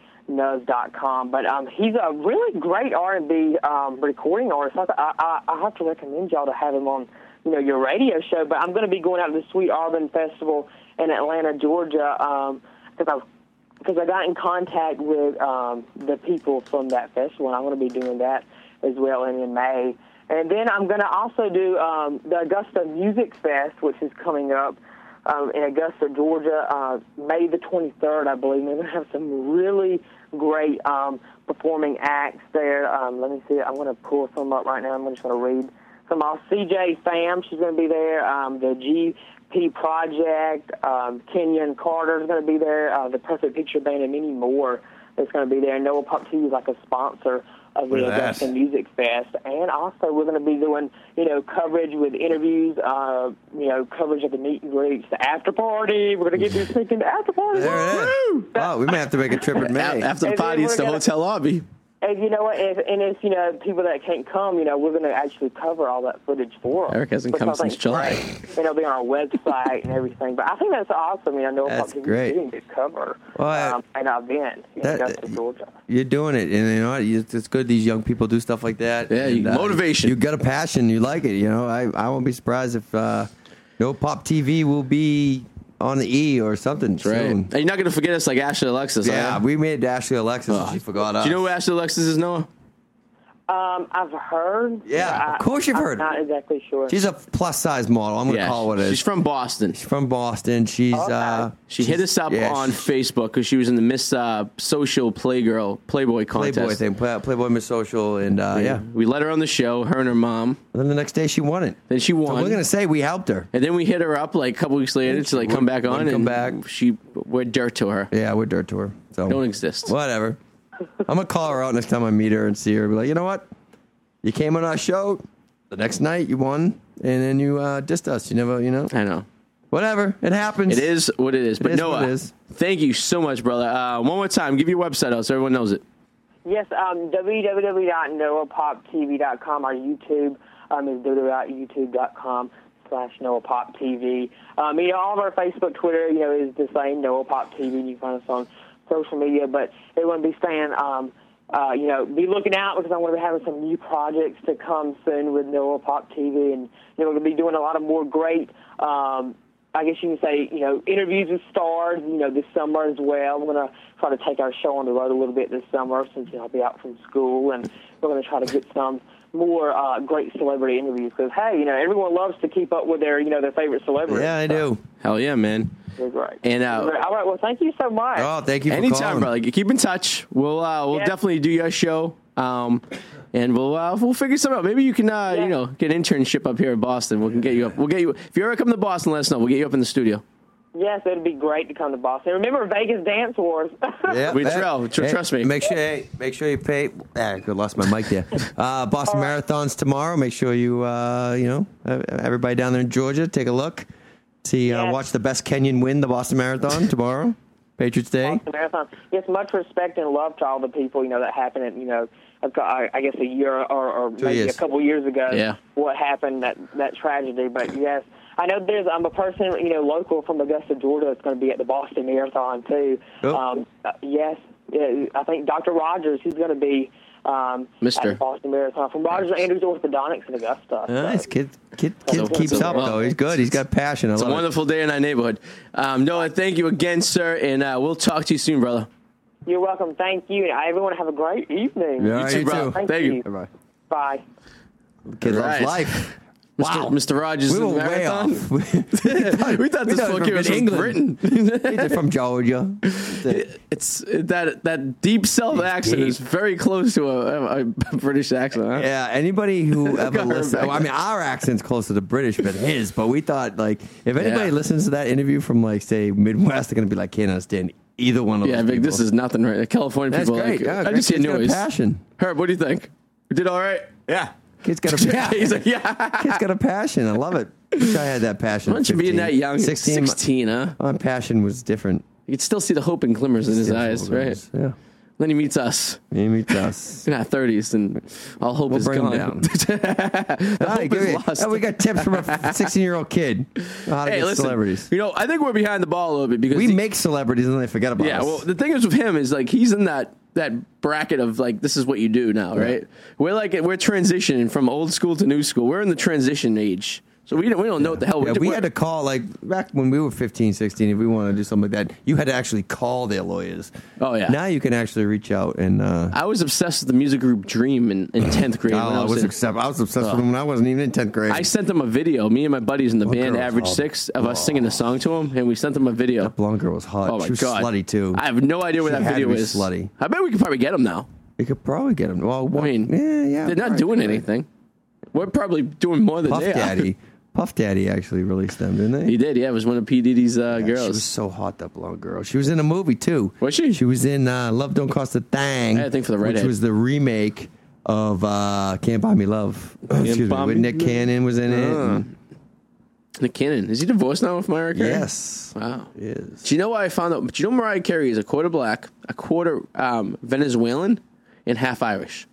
[SPEAKER 8] nuz.com. But um, he's a really great R&B um, recording artist. I, I, I have to recommend y'all to have him on, you know, your radio show. But I'm going to be going out to the Sweet Auburn Festival in Atlanta, Georgia, because I because I got in contact with um, the people from that festival, and I'm going to be doing that as well and in May. And then I'm going to also do um, the Augusta Music Fest, which is coming up um, in Augusta, Georgia, uh, May the 23rd, I believe. And they're going to have some really great um, performing acts there. Um, let me see. I'm going to pull some up right now. I'm just going to read some off. CJ Pham, she's going to be there. Um, the GP Project, um, Kenyon Carter is going to be there. Uh, the Perfect Picture Band, and many more is going to be there. Noah Pop T is like a sponsor of the
[SPEAKER 6] Look at that.
[SPEAKER 8] Augusta Music Fest, and also we're going to be doing you know coverage with interviews, uh, you know coverage of the meet and greets, the after party. We're going to get you sneaking the after party.
[SPEAKER 6] There it is. Wow, we may have to make a trip in
[SPEAKER 7] A- After
[SPEAKER 6] May.
[SPEAKER 7] the
[SPEAKER 8] And then
[SPEAKER 7] party, it's
[SPEAKER 8] we're
[SPEAKER 7] the
[SPEAKER 8] gonna-
[SPEAKER 7] hotel lobby.
[SPEAKER 8] And you know what? If, and if you know people that can't come, you know we're going to actually cover all that footage for them.
[SPEAKER 7] Eric hasn't
[SPEAKER 8] Which
[SPEAKER 7] come
[SPEAKER 8] I think
[SPEAKER 7] since
[SPEAKER 8] is
[SPEAKER 7] July.
[SPEAKER 8] great. And it'll be on our website and everything. But I think that's awesome. You know, Noah
[SPEAKER 6] That's
[SPEAKER 8] Pop T
[SPEAKER 6] great.
[SPEAKER 8] is getting to cover
[SPEAKER 6] Well, I-
[SPEAKER 8] um, an event in
[SPEAKER 6] That-
[SPEAKER 8] Augusta, Georgia.
[SPEAKER 6] You're doing it, and you know what? You- It's good these young people do stuff like that.
[SPEAKER 7] Yeah, you-
[SPEAKER 6] And, uh,
[SPEAKER 7] motivation.
[SPEAKER 6] You got a passion. You like it. You know, I, I won't be surprised if uh, No Pop TV will be on the E or something soon.
[SPEAKER 7] And you're not gonna forget us like Ashley Alexis. are
[SPEAKER 6] Yeah,
[SPEAKER 7] you?
[SPEAKER 6] we made Ashley Alexis, and
[SPEAKER 7] Oh.
[SPEAKER 6] she forgot us.
[SPEAKER 7] Do you know who Ashley Alexis is, Noah?
[SPEAKER 8] Um, I've heard.
[SPEAKER 6] Yeah,
[SPEAKER 8] but I-
[SPEAKER 6] of course you've
[SPEAKER 8] I'm
[SPEAKER 6] heard.
[SPEAKER 8] Not exactly sure.
[SPEAKER 6] She's a plus size model. I'm gonna call it. what it is.
[SPEAKER 7] she's from Boston.
[SPEAKER 6] She's from Boston. She's
[SPEAKER 8] Okay.
[SPEAKER 6] uh,
[SPEAKER 7] She hit us up
[SPEAKER 6] yeah,
[SPEAKER 7] on
[SPEAKER 6] she's-
[SPEAKER 7] Facebook because she was in the Miss uh, Social Playgirl Playboy contest.
[SPEAKER 6] Playboy thing, Play, Playboy Miss Social, and uh, yeah.
[SPEAKER 7] We let her on the show, her and her mom.
[SPEAKER 6] And then the next day she won it.
[SPEAKER 7] Then she
[SPEAKER 6] So
[SPEAKER 7] won.
[SPEAKER 6] we're gonna say we helped her.
[SPEAKER 7] and then we hit her up like a couple weeks later to like come back on
[SPEAKER 6] Wouldn't come
[SPEAKER 7] and
[SPEAKER 6] back.
[SPEAKER 7] she we're dirt to her.
[SPEAKER 6] Yeah, we're dirt to her. So
[SPEAKER 7] Don't exist.
[SPEAKER 6] Whatever. I'm gonna call her out next time I meet her and see her. Be like, you know what? You came on our show. The next night you won, and then you uh, dissed us. You never, you know,
[SPEAKER 7] I know.
[SPEAKER 6] whatever. It happens.
[SPEAKER 7] It is what it is. But
[SPEAKER 6] is
[SPEAKER 7] Noah,
[SPEAKER 6] what it is.
[SPEAKER 7] thank you so much, brother. Uh, one more time, give your website out so everyone knows it.
[SPEAKER 8] Yes, um, www.noahpoptv.com. Our YouTube um, is www.youtube.com slash noahpoptv. Um, you know, all of our Facebook, Twitter, you know, is the same, Noah Pop TV. You can find us on social media, but everyone be staying, um, uh, you know, be looking out because I'm going to be having some new projects to come soon with Neural Pop TV, and you know, we're going to be doing a lot of more great. Um, I guess you can say, you know, interviews with stars, you know, this summer as well. We're going to try to take our show on the road a little bit this summer since, you know, I'll be out from school, and we're going to try to get some more uh, great celebrity interviews because, hey, you know, everyone loves to keep up with their, you know, their favorite celebrities.
[SPEAKER 6] Yeah, I do.
[SPEAKER 7] Hell yeah, man.
[SPEAKER 8] That's right.
[SPEAKER 7] And, uh,
[SPEAKER 8] All right, well, thank you so much.
[SPEAKER 6] Oh, thank you for
[SPEAKER 7] Anytime, brother.
[SPEAKER 6] calling.
[SPEAKER 7] Keep in touch. We'll uh, we'll
[SPEAKER 8] Yeah.
[SPEAKER 7] definitely do your show. Um, and we'll uh, we'll figure something out. Maybe you can uh,
[SPEAKER 8] Yeah.
[SPEAKER 7] you know get an internship up here in Boston. We can get you up. We'll get you if you ever come to Boston. Let us know. We'll get you up in the studio.
[SPEAKER 8] Yes, it'd be great to come to Boston. Remember Vegas Dance Wars?
[SPEAKER 6] Yeah,
[SPEAKER 7] We
[SPEAKER 6] that-
[SPEAKER 7] drill. Tr-
[SPEAKER 6] hey,
[SPEAKER 7] trust me.
[SPEAKER 6] Make sure, hey, make sure you pay. Ah, I lost my mic there. Uh, Boston Marathon's tomorrow. Make sure you, uh, you know, ev- everybody down there in Georgia, take a look. See, uh,
[SPEAKER 8] Yes.
[SPEAKER 6] watch the best Kenyan win the Boston Marathon tomorrow, Patriots Day.
[SPEAKER 8] Boston Marathon. Yes, much respect and love to all the people you know that happened. At, you know, a cou- I I guess a year or, or maybe
[SPEAKER 6] years.
[SPEAKER 8] a couple years ago.
[SPEAKER 7] Yeah.
[SPEAKER 8] what happened that that tragedy? But yes, I know there's. I'm a person you know local from Augusta, Georgia. That's going to be at the Boston Marathon too.
[SPEAKER 6] Oh.
[SPEAKER 8] Um, uh, yes, yeah, I think Dr. Rogers. He's going to be. Um,
[SPEAKER 7] Mister.
[SPEAKER 8] at the Boston Marathon from Rogers and Andrews Orthodontics in Augusta.
[SPEAKER 6] Nice
[SPEAKER 8] So,
[SPEAKER 6] kid. Kid, kid
[SPEAKER 7] That's a-
[SPEAKER 6] keeps
[SPEAKER 7] that's a-
[SPEAKER 6] up though. He's good. He's got passion. I
[SPEAKER 7] It's a
[SPEAKER 6] love it.
[SPEAKER 7] wonderful day in our neighborhood. Um, Noah, thank you again, sir, and uh, we'll talk to you soon, brother.
[SPEAKER 8] You're welcome. Thank you. And everyone have a great evening.
[SPEAKER 6] Yeah, you
[SPEAKER 7] brother.
[SPEAKER 6] too.
[SPEAKER 8] Thank
[SPEAKER 7] Thank you,
[SPEAKER 8] you.
[SPEAKER 6] Bye-bye.
[SPEAKER 8] Bye.
[SPEAKER 6] Kid loves
[SPEAKER 7] Right.
[SPEAKER 6] life.
[SPEAKER 7] Mr.
[SPEAKER 6] Wow,
[SPEAKER 7] Mr. Rogers
[SPEAKER 6] We
[SPEAKER 7] in
[SPEAKER 6] were
[SPEAKER 7] the
[SPEAKER 6] way
[SPEAKER 7] marathon.
[SPEAKER 6] off. we thought,
[SPEAKER 7] We thought
[SPEAKER 6] we
[SPEAKER 7] this
[SPEAKER 6] it
[SPEAKER 7] fucking was
[SPEAKER 6] from England.
[SPEAKER 7] England.
[SPEAKER 6] They're from Georgia.
[SPEAKER 7] it's that that deep South accent
[SPEAKER 6] deep.
[SPEAKER 7] is very close to a, a British accent. Huh?
[SPEAKER 6] Yeah, anybody who ever
[SPEAKER 7] Got her
[SPEAKER 6] listens.
[SPEAKER 7] back.
[SPEAKER 6] Well, I mean, our accent's closer to British than his, but we thought like if anybody
[SPEAKER 7] Yeah.
[SPEAKER 6] listens to that interview from like say Midwest, they're gonna be like, can't understand either one of
[SPEAKER 7] Yeah,
[SPEAKER 6] those.
[SPEAKER 7] Vic,
[SPEAKER 6] people.
[SPEAKER 7] this is nothing right. The California
[SPEAKER 6] that's
[SPEAKER 7] people, like,
[SPEAKER 6] great. yeah,
[SPEAKER 7] I
[SPEAKER 6] great
[SPEAKER 7] just hear
[SPEAKER 6] kid's got
[SPEAKER 7] noise.
[SPEAKER 6] passion.
[SPEAKER 7] Herb, what do you think? We did all right.
[SPEAKER 9] Yeah.
[SPEAKER 6] Kid's got a yeah.
[SPEAKER 7] He's like, yeah.
[SPEAKER 6] kid's got a passion. I love it. Wish I had that passion.
[SPEAKER 7] Why don't you
[SPEAKER 6] 15.
[SPEAKER 7] be in that young?
[SPEAKER 6] 16,
[SPEAKER 7] 16, huh?
[SPEAKER 6] My passion was different.
[SPEAKER 7] You could still see the hope and glimmers in his eyes, right?
[SPEAKER 6] Yeah.
[SPEAKER 7] Then he meets us
[SPEAKER 6] He meets us.
[SPEAKER 7] in our thirties, and all hope
[SPEAKER 6] We'll
[SPEAKER 7] is
[SPEAKER 6] bring him
[SPEAKER 7] gone.
[SPEAKER 6] down.
[SPEAKER 7] The
[SPEAKER 6] All right,
[SPEAKER 7] hope
[SPEAKER 6] give
[SPEAKER 7] is
[SPEAKER 6] me-
[SPEAKER 7] lost.
[SPEAKER 6] oh, we got tips from a 16 year old kid on how to
[SPEAKER 7] hey,
[SPEAKER 6] get
[SPEAKER 7] listen,
[SPEAKER 6] celebrities.
[SPEAKER 7] you know, I think we're behind the ball a little bit because
[SPEAKER 6] We
[SPEAKER 7] the-
[SPEAKER 6] make celebrities and then they forget about
[SPEAKER 7] Yeah,
[SPEAKER 6] us.
[SPEAKER 7] well, the thing is with him is like he's in that that bracket of like this is what you do now, right? We're like we're transitioning from old school to new school. We're in the transition age, so we don't we don't know what the hell
[SPEAKER 6] Yeah,
[SPEAKER 7] we're
[SPEAKER 6] we
[SPEAKER 7] doing.
[SPEAKER 6] had to call like back when we were 15, 16, if we wanted to do something like that, you had to actually call their lawyers.
[SPEAKER 7] Oh, yeah.
[SPEAKER 6] Now you can actually reach out and uh
[SPEAKER 7] I was obsessed with the music group Dream in, in tenth grade.
[SPEAKER 6] oh,
[SPEAKER 7] when
[SPEAKER 6] I was
[SPEAKER 7] in-
[SPEAKER 6] obsessed I was obsessed with them when I wasn't even in tenth grade.
[SPEAKER 7] Oh. I sent them a video. Me and my buddies in the
[SPEAKER 6] What
[SPEAKER 7] band
[SPEAKER 6] girl Oh,
[SPEAKER 7] Average
[SPEAKER 6] called?
[SPEAKER 7] Six of us singing a song to him, and we sent them a video.
[SPEAKER 6] Blonde girl was hot.
[SPEAKER 7] Oh my
[SPEAKER 6] she was
[SPEAKER 7] god,
[SPEAKER 6] slutty too.
[SPEAKER 7] I have no idea where
[SPEAKER 6] She
[SPEAKER 7] that
[SPEAKER 6] had to
[SPEAKER 7] video
[SPEAKER 6] be
[SPEAKER 7] is.
[SPEAKER 6] slutty.
[SPEAKER 7] I bet we could probably get them now.
[SPEAKER 6] You could probably get him. Well,
[SPEAKER 7] I
[SPEAKER 6] one-
[SPEAKER 7] mean,
[SPEAKER 6] yeah, yeah.
[SPEAKER 7] they're not
[SPEAKER 6] probably
[SPEAKER 7] doing
[SPEAKER 6] could.
[SPEAKER 7] anything. We're probably doing more than
[SPEAKER 6] Puff
[SPEAKER 7] they are.
[SPEAKER 6] Daddy, Puff Daddy actually released them, didn't they?
[SPEAKER 7] He did, yeah. It was one of P Diddy's uh,
[SPEAKER 6] Yeah,
[SPEAKER 7] girls.
[SPEAKER 6] She was so hot, that blonde girl. She was in a movie too.
[SPEAKER 7] Was she?
[SPEAKER 6] She was in uh, Love Don't Cost a Thing.
[SPEAKER 7] I had a thing for the
[SPEAKER 6] Which
[SPEAKER 7] redhead.
[SPEAKER 6] was the remake of uh, Can't Buy Me Love. Excuse me.
[SPEAKER 7] Buy
[SPEAKER 6] With
[SPEAKER 7] Me
[SPEAKER 6] Nick
[SPEAKER 7] Love. Ah,
[SPEAKER 6] Cannon was in it. and-
[SPEAKER 7] Nick Cannon. Is he divorced now with Mariah Carey?
[SPEAKER 6] yes.
[SPEAKER 7] Wow.
[SPEAKER 6] Yes.
[SPEAKER 7] Do you know why I found out? Do you know Mariah Carey is a quarter black, a quarter um, Venezuelan, and half Irish?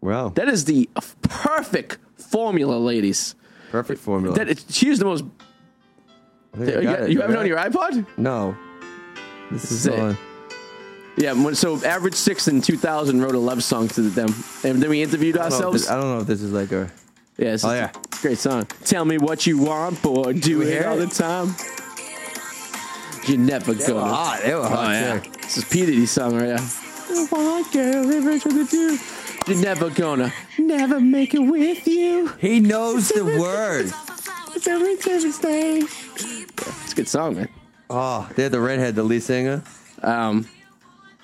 [SPEAKER 6] Wow.
[SPEAKER 7] That is the perfect formula, ladies.
[SPEAKER 6] Perfect formula.
[SPEAKER 7] That is, she is the most. uh,
[SPEAKER 6] I think I
[SPEAKER 7] You,
[SPEAKER 6] got it.
[SPEAKER 7] have it
[SPEAKER 6] got
[SPEAKER 7] on your iPod?
[SPEAKER 6] No. This is
[SPEAKER 7] Sick.
[SPEAKER 6] on.
[SPEAKER 7] Yeah. when- So Average Six in 2000 wrote a love song to them, and then we interviewed
[SPEAKER 6] I don't, know if
[SPEAKER 7] ourselves.
[SPEAKER 6] this, I don't know if this is like a.
[SPEAKER 7] yeah. It's
[SPEAKER 6] Oh,
[SPEAKER 7] just
[SPEAKER 6] yeah.
[SPEAKER 7] a Great song. Tell me what you want, boy. Do
[SPEAKER 6] we
[SPEAKER 7] it
[SPEAKER 6] hear
[SPEAKER 7] all
[SPEAKER 6] it?
[SPEAKER 7] the time. You're never
[SPEAKER 6] They were
[SPEAKER 7] gonna.
[SPEAKER 6] hot. They were hot.
[SPEAKER 7] Oh yeah,
[SPEAKER 6] too.
[SPEAKER 7] this is P Diddy's song right now. What girl ever with you? You're never gonna, never make it with you.
[SPEAKER 6] He knows the words.
[SPEAKER 7] It's every different thing. It's a good song, man.
[SPEAKER 6] Oh, they had the redhead, the lead singer.
[SPEAKER 7] Um,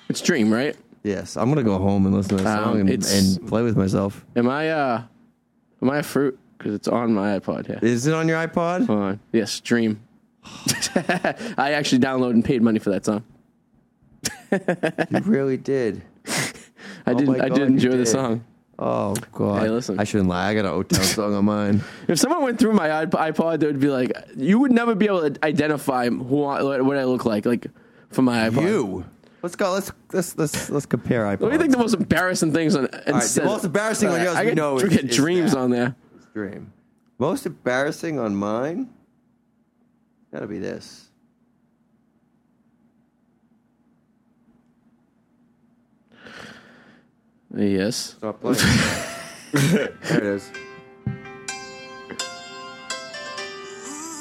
[SPEAKER 7] it's Dream, right?
[SPEAKER 6] Yes, I'm gonna go home and listen to that
[SPEAKER 7] Um,
[SPEAKER 6] song and,
[SPEAKER 7] it's-
[SPEAKER 6] and play with myself.
[SPEAKER 7] Am I uh, am I a fruit? Because it's on my iPod. Yeah.
[SPEAKER 6] Is it on your iPod?
[SPEAKER 7] Hold on. Yes, Dream. I actually downloaded and paid money for that song.
[SPEAKER 6] You really did.
[SPEAKER 7] I
[SPEAKER 6] Oh
[SPEAKER 7] did.
[SPEAKER 6] my
[SPEAKER 7] I
[SPEAKER 6] God,
[SPEAKER 7] did enjoy
[SPEAKER 6] you
[SPEAKER 7] the
[SPEAKER 6] did.
[SPEAKER 7] song.
[SPEAKER 6] Oh god!
[SPEAKER 7] Hey, listen.
[SPEAKER 6] I shouldn't lie. I got an O Town song on mine.
[SPEAKER 7] If someone went through my iP- iPod, they would be like, "You would never be able to identify who I, what I look like, like from my iPod."
[SPEAKER 6] Let's go. Let's let's let's let's compare iPods.
[SPEAKER 7] What do you think the most embarrassing things on?
[SPEAKER 6] All right, the most embarrassing on yours
[SPEAKER 7] I
[SPEAKER 6] we
[SPEAKER 7] get,
[SPEAKER 6] know
[SPEAKER 7] we
[SPEAKER 6] is-
[SPEAKER 7] get
[SPEAKER 6] is
[SPEAKER 7] dreams
[SPEAKER 6] that.
[SPEAKER 7] on there.
[SPEAKER 6] dream? Most embarrassing on mine. Gotta be this.
[SPEAKER 7] Yes.
[SPEAKER 6] Stop playing. there it is.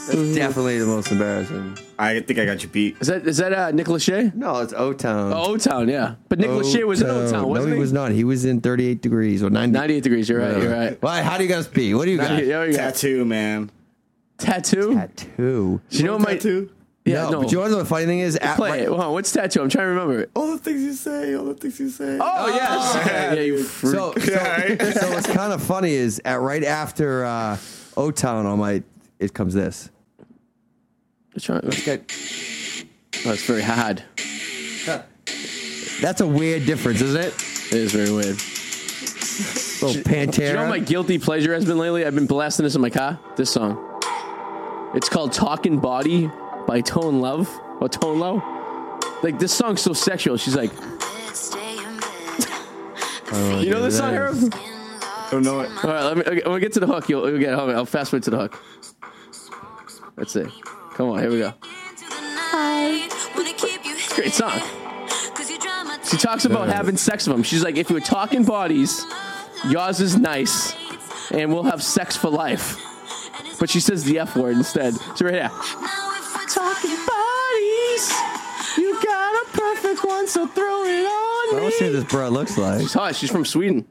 [SPEAKER 7] Mm-hmm.
[SPEAKER 6] That's definitely the most embarrassing.
[SPEAKER 9] I think I got you beat.
[SPEAKER 7] Is that is that uh, Nick Lachey?
[SPEAKER 6] No, it's O Town.
[SPEAKER 7] Oh, O Town, yeah. But Nick Lachey was in O Town,
[SPEAKER 6] No,
[SPEAKER 7] wasn't
[SPEAKER 6] he
[SPEAKER 7] he?
[SPEAKER 6] was not. He was in 38 degrees or 90.
[SPEAKER 7] 98 degrees. You're right. You're right.
[SPEAKER 6] Why? How do you guys be? What do you got?
[SPEAKER 7] Oh, Yeah, we got
[SPEAKER 9] Tattoo, man.
[SPEAKER 7] tattoo.
[SPEAKER 6] Tattoo.
[SPEAKER 7] you know what my
[SPEAKER 9] tattoo?
[SPEAKER 7] yeah no.
[SPEAKER 6] no, but you want to know the funny thing is? At
[SPEAKER 7] play it. Hold on, what's tattoo? I'm trying to remember it.
[SPEAKER 9] All the things you say, all the things you say.
[SPEAKER 7] Oh, yes. yeah, you freak.
[SPEAKER 6] So, so, so what's kind of funny is at right after uh, O Town on my it comes this.
[SPEAKER 7] Which one- oh,
[SPEAKER 6] Okay,
[SPEAKER 7] it's very hard.
[SPEAKER 6] that's a weird difference, isn't it?
[SPEAKER 7] It is very weird.
[SPEAKER 6] Little Pantera.
[SPEAKER 7] You know what my guilty pleasure has been lately? I've been blasting this in my car. This song. It's called Talking Body by Tone Love or Tone Low. Like this song's so sexual. She's like, you know this song,
[SPEAKER 6] that
[SPEAKER 7] Harold?
[SPEAKER 9] I don't know Oh, it.
[SPEAKER 7] All right, let me. Okay, we'll get to the hook. You'll, you'll get. Hold on, I'll fast forward to the hook. Let's see. Come on, here we go. Great song. She talks about having sex with him. She's like, if we're talking bodies, yours is nice, and we'll have sex for life. But she says the F word instead. So right here. Talking bodies. You got a perfect one, so throw it on
[SPEAKER 6] I want to see what this bro looks like.
[SPEAKER 7] She's hot. She's from Sweden.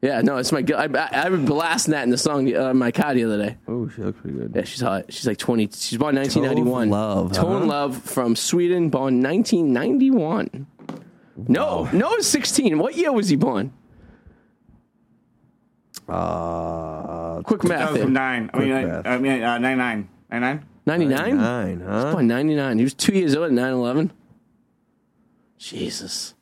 [SPEAKER 7] Yeah, no, it's my. gu- I, I, I was blasting that in the song uh, my car the other day.
[SPEAKER 6] Oh, she looks pretty
[SPEAKER 7] Yeah,
[SPEAKER 6] good.
[SPEAKER 7] she's hot. She's like twenty. She's born nineteen ninety one.
[SPEAKER 6] Tove Love,
[SPEAKER 7] Tone
[SPEAKER 6] huh?
[SPEAKER 7] Love from Sweden, born nineteen ninety one. No,
[SPEAKER 6] Wow.
[SPEAKER 7] no, sixteen. What year was he born?
[SPEAKER 6] Uh,
[SPEAKER 7] Quick math. there.
[SPEAKER 9] 2009. I mean,
[SPEAKER 6] Quick
[SPEAKER 9] I,
[SPEAKER 6] math.
[SPEAKER 9] I mean, uh, 99. 99?
[SPEAKER 7] Ninety nine.
[SPEAKER 6] nine, huh?
[SPEAKER 7] Born ninety nine. He was two years old at 9-11. Jesus.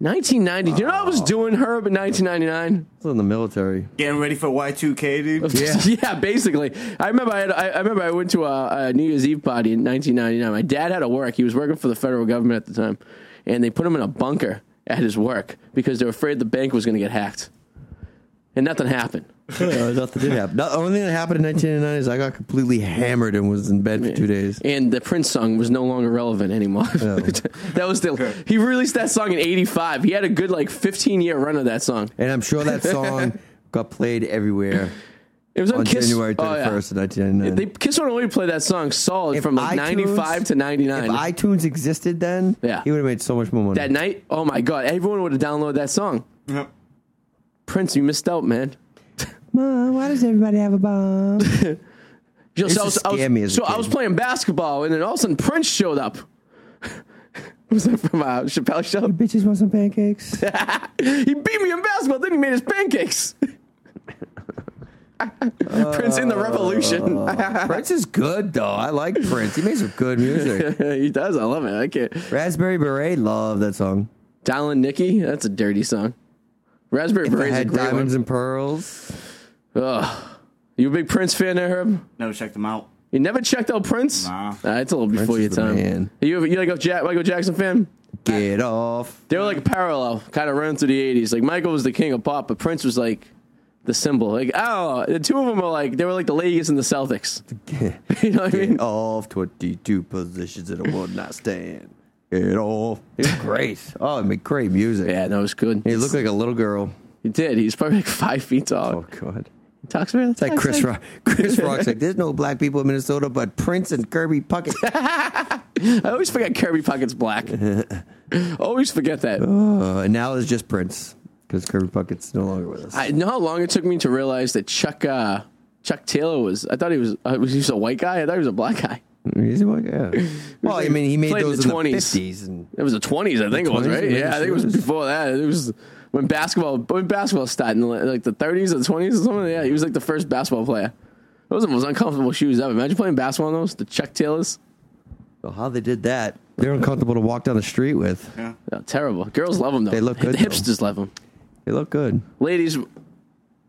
[SPEAKER 7] Nineteen ninety. Do you know what I was doing, Herb, in nineteen ninety nine?
[SPEAKER 6] Still in the military.
[SPEAKER 9] Getting ready for Y2K, dude.
[SPEAKER 7] Yeah. basically. I remember I, had, I, I remember I went to a, a New Year's Eve party in 1999. My dad had to work. He was working for the federal government at the time, and they put him in a bunker at his work because they were afraid the bank was going to get hacked. And nothing happened.
[SPEAKER 6] Uh, nothing did happen. The only thing that happened in 1999 is I got completely hammered and was in bed for two days.
[SPEAKER 7] And the Prince song was no longer relevant anymore. that was the he released that song in '85. He had a good like 15 year run of that song.
[SPEAKER 6] And I'm sure that song got played everywhere
[SPEAKER 7] It was on,
[SPEAKER 6] on
[SPEAKER 7] Kiss.
[SPEAKER 6] January 31st
[SPEAKER 7] Oh, yeah.
[SPEAKER 6] of 1999.
[SPEAKER 7] They Kiss would only play that song solid
[SPEAKER 6] If
[SPEAKER 7] from like
[SPEAKER 6] iTunes-
[SPEAKER 7] 95 to 99.
[SPEAKER 6] If iTunes existed then,
[SPEAKER 7] Yeah.
[SPEAKER 6] he would have made so much more money.
[SPEAKER 7] that night, oh my god, everyone would have downloaded that song.
[SPEAKER 9] Yep.
[SPEAKER 7] Prince, you missed out, man.
[SPEAKER 6] Mom, why does everybody have a bomb?
[SPEAKER 7] Yo,
[SPEAKER 6] used
[SPEAKER 7] so I
[SPEAKER 6] to
[SPEAKER 7] was, I was-
[SPEAKER 6] scare me as a
[SPEAKER 7] so I
[SPEAKER 6] kid.
[SPEAKER 7] was playing basketball, and then all of a sudden Prince showed up. was that from uh, Chappelle Show?
[SPEAKER 6] Bitches want some pancakes.
[SPEAKER 7] He beat me in basketball, then he made his pancakes. Prince in the revolution.
[SPEAKER 6] Prince is good though. I like Prince. He made some good music.
[SPEAKER 7] he does. I love it. I can't.
[SPEAKER 6] Raspberry Beret, love that song.
[SPEAKER 7] Dialing Nikki. That's a dirty song. Raspberry
[SPEAKER 6] If I
[SPEAKER 7] Beret's a
[SPEAKER 6] had
[SPEAKER 7] great
[SPEAKER 6] diamonds
[SPEAKER 7] one.
[SPEAKER 6] and pearls.
[SPEAKER 7] Ugh. You a big Prince fan there, Herb?
[SPEAKER 9] Never checked them out.
[SPEAKER 7] You never checked out Prince?
[SPEAKER 9] Nah.
[SPEAKER 7] Nah, it's a little before
[SPEAKER 6] is
[SPEAKER 7] your
[SPEAKER 6] the
[SPEAKER 7] time.
[SPEAKER 6] man.
[SPEAKER 7] Are you, you like a Jack, Michael Jackson fan?
[SPEAKER 6] Get off.
[SPEAKER 7] They were like parallel, kind of running through the '80s. Like Michael was the king of pop, but Prince was like the symbol. Like oh, the two of them are like they were like the Lakers and the Celtics. You know what I mean?
[SPEAKER 6] Get off. Twenty-two positions in a one-night stand. Get off. It was great. Oh, it made great music.
[SPEAKER 7] Yeah, that was good.
[SPEAKER 6] He looked like a little girl.
[SPEAKER 7] He did. He's probably like five feet
[SPEAKER 6] Oh
[SPEAKER 7] tall.
[SPEAKER 6] God.
[SPEAKER 7] He talks about
[SPEAKER 6] It's like Chris Rock. Chris Rock's like, there's no black people in Minnesota, but Prince and Kirby Puckett.
[SPEAKER 7] I always forget Kirby Puckett's black. always forget that.
[SPEAKER 6] Uh, and now it's just Prince because Kirby Puckett's no longer with us.
[SPEAKER 7] I know how long it took me to realize that Chuck uh, Chuck Taylor was. I thought he was. Uh, was he was a white guy? I thought he was a black guy.
[SPEAKER 6] Is he like, yeah. Well, I mean, he made
[SPEAKER 7] Played in
[SPEAKER 6] those
[SPEAKER 7] the
[SPEAKER 6] in the
[SPEAKER 7] 20s.
[SPEAKER 6] fifties, and
[SPEAKER 7] It was the twenties, I think it was
[SPEAKER 6] 20s?
[SPEAKER 7] right.
[SPEAKER 6] Maybe
[SPEAKER 7] Yeah, I think it
[SPEAKER 6] sure
[SPEAKER 7] was
[SPEAKER 6] is.
[SPEAKER 7] before that. It was when basketball when basketball started in like the thirties or twenties or something. Yeah, he was like the first basketball player. Those are the most uncomfortable shoes ever. Imagine playing basketball in those. The Chuck Taylors,
[SPEAKER 6] well, how they did that? They're uncomfortable to walk down the street with.
[SPEAKER 7] Yeah, terrible. Girls love them though.
[SPEAKER 6] They look good,
[SPEAKER 7] The
[SPEAKER 6] though.
[SPEAKER 7] hipsters love them.
[SPEAKER 6] They look good.
[SPEAKER 7] Ladies, all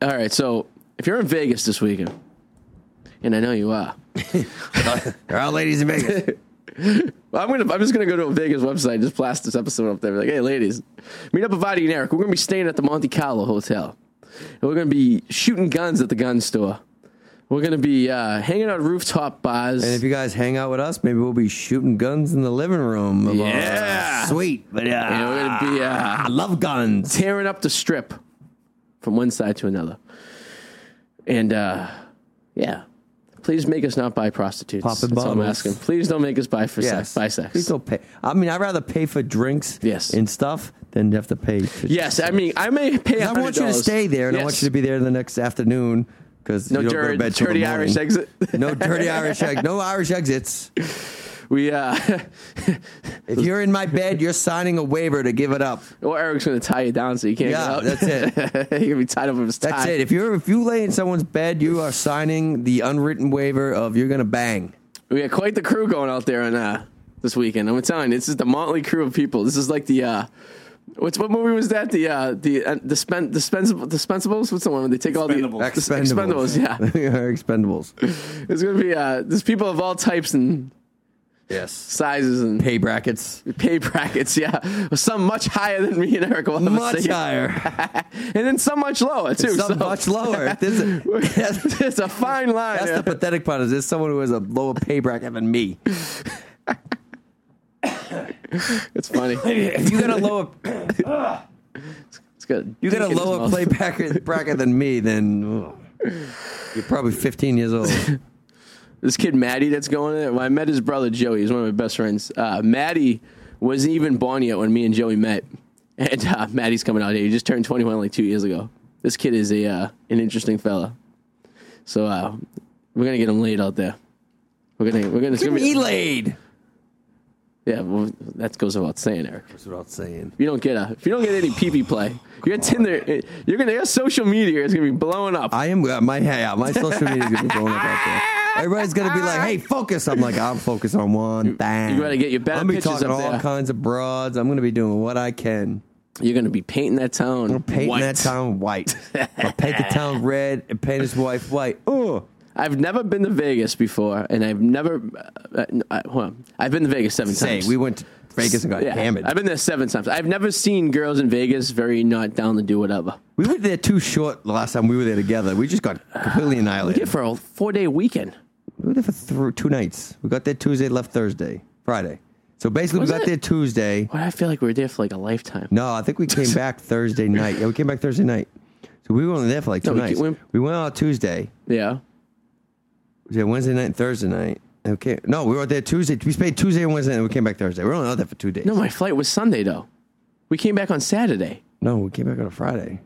[SPEAKER 7] right. So if you're in Vegas this weekend, and I know you are,
[SPEAKER 6] They're all ladies in Vegas.
[SPEAKER 7] Well, I'm gonna. I'm just gonna go to a Vegas website and just blast this episode up there. Be Like, hey, ladies, meet up with Vadi and Eric. We're gonna be staying at the Monte Carlo Hotel, and we're gonna be shooting guns at the gun store. We're gonna be uh, hanging out at rooftop bars.
[SPEAKER 6] And if you guys hang out with us, maybe we'll be shooting guns in the living room. Of
[SPEAKER 7] Yeah.
[SPEAKER 6] our sweet. But uh,
[SPEAKER 7] Yeah, we're gonna be, uh,
[SPEAKER 6] I love guns.
[SPEAKER 7] tearing up the strip from one side to another. And uh, yeah, please make us not buy prostitutes.
[SPEAKER 6] Popping
[SPEAKER 7] That's all I'm
[SPEAKER 6] bottles.
[SPEAKER 7] asking. Please don't make us buy for sex. Buy sex.
[SPEAKER 6] Please don't pay. I mean, I'd rather pay for drinks
[SPEAKER 7] Yes.
[SPEAKER 6] and stuff than have to pay. For
[SPEAKER 7] Yes, I mean I may pay.
[SPEAKER 6] I want you to
[SPEAKER 7] $100.
[SPEAKER 6] stay there, and I
[SPEAKER 7] Yes.
[SPEAKER 6] want you to be there the next afternoon because
[SPEAKER 7] No
[SPEAKER 6] you don't go
[SPEAKER 7] dirty,
[SPEAKER 6] to bed till the
[SPEAKER 7] dirty
[SPEAKER 6] morning.
[SPEAKER 7] Irish exit.
[SPEAKER 6] no dirty Irish exit. No Irish exits.
[SPEAKER 7] We uh,
[SPEAKER 6] If you're in my bed, you're signing a waiver to give it up.
[SPEAKER 7] or Eric's gonna tie you down so you can't
[SPEAKER 6] Yeah,
[SPEAKER 7] get out.
[SPEAKER 6] that's
[SPEAKER 7] it. You're gonna be tied up with his tie.
[SPEAKER 6] That's it. If you're if you lay in someone's bed, you are signing the unwritten waiver of you're gonna bang.
[SPEAKER 7] We got quite the crew going out there on uh, this weekend. I'm telling you, this is the motley crew of people. This is like the uh, what's what movie was that? The uh, the uh, dispen, dispensable dispensables. What's the one where they take all the
[SPEAKER 9] Expendables.
[SPEAKER 7] Dis- expendables? Yeah,
[SPEAKER 6] They are expendables.
[SPEAKER 7] it's gonna be uh, there's people of all types and
[SPEAKER 6] Yes.
[SPEAKER 7] sizes and
[SPEAKER 6] Pay brackets.
[SPEAKER 7] pay brackets. Yeah, some much higher than me and Eric. will ever
[SPEAKER 6] Much
[SPEAKER 7] see.
[SPEAKER 6] higher.
[SPEAKER 7] and then some much lower too.
[SPEAKER 6] Some
[SPEAKER 7] so.
[SPEAKER 6] much lower. There's a- that's,
[SPEAKER 7] it's a fine line.
[SPEAKER 6] that's the pathetic part. Is there's someone who has a lower pay bracket than me?
[SPEAKER 7] it's funny.
[SPEAKER 6] If you got a lower,
[SPEAKER 7] It's good.
[SPEAKER 6] you got a
[SPEAKER 7] Dick in his
[SPEAKER 6] lower
[SPEAKER 7] mouth.
[SPEAKER 6] play bracket, bracket than me, then ugh, you're probably 15 years old.
[SPEAKER 7] this kid Maddie that's going in there. Well, I met his brother Joey. He's one of my best friends. Uh, Maddie wasn't even born yet when me and Joey met, and uh, Maddie's coming out here. He just turned 21 like two years ago. This kid is a uh, an interesting fella. So uh, we're gonna get him laid out there. We're gonna we're gonna, it's
[SPEAKER 6] Get
[SPEAKER 7] gonna be-
[SPEAKER 6] me laid.
[SPEAKER 7] yeah. Well, that goes without saying, Eric.
[SPEAKER 6] That's what I'm saying.
[SPEAKER 7] If you don't get a if you don't get any pee pee play, your Tinder, eh, you're gonna your social media is gonna be blowing up.
[SPEAKER 6] I am uh, my yeah, my social media is gonna be blowing up out there. Everybody's gonna be like, "Hey, focus!" I'm like, "I'm focused on one thing."
[SPEAKER 7] you gotta get your better
[SPEAKER 6] I'm gonna be
[SPEAKER 7] pictures
[SPEAKER 6] talking
[SPEAKER 7] up
[SPEAKER 6] all
[SPEAKER 7] there.
[SPEAKER 6] kinds of broads. I'm gonna be doing what I can.
[SPEAKER 7] You're gonna be painting that town.
[SPEAKER 6] Painting
[SPEAKER 7] white.
[SPEAKER 6] that town white. I'll paint the town red and paint his wife white. Oh,
[SPEAKER 7] I've never been to Vegas before, and I've never. Uh, uh, well, I've been to Vegas seven
[SPEAKER 6] say
[SPEAKER 7] times.
[SPEAKER 6] we went to Vegas and got
[SPEAKER 7] Yeah,
[SPEAKER 6] hammered.
[SPEAKER 7] I've been there seven times. I've never seen girls in Vegas very not down to do whatever.
[SPEAKER 6] we were there too short the last time we were there together. We just got completely annihilated.
[SPEAKER 7] Yeah, for a four day weekend.
[SPEAKER 6] We were there for th- two nights. We got there Tuesday, left Thursday, Friday. So basically,
[SPEAKER 7] Was
[SPEAKER 6] we got
[SPEAKER 7] it?
[SPEAKER 6] there Tuesday.
[SPEAKER 7] But I feel like we were there for like a lifetime.
[SPEAKER 6] No, I think we came back Thursday night. Yeah, we came back Thursday night. So we were only there for like two
[SPEAKER 7] No, we
[SPEAKER 6] nights.
[SPEAKER 7] went-
[SPEAKER 6] we went out Tuesday.
[SPEAKER 7] Yeah,
[SPEAKER 6] Yeah, Wednesday night and Thursday night. Okay. No, we were there Tuesday. We stayed Tuesday and Wednesday and we came back Thursday. We were only out there for two days.
[SPEAKER 7] no, my flight was Sunday though. We came back on Saturday,
[SPEAKER 6] No, we came back on a Friday.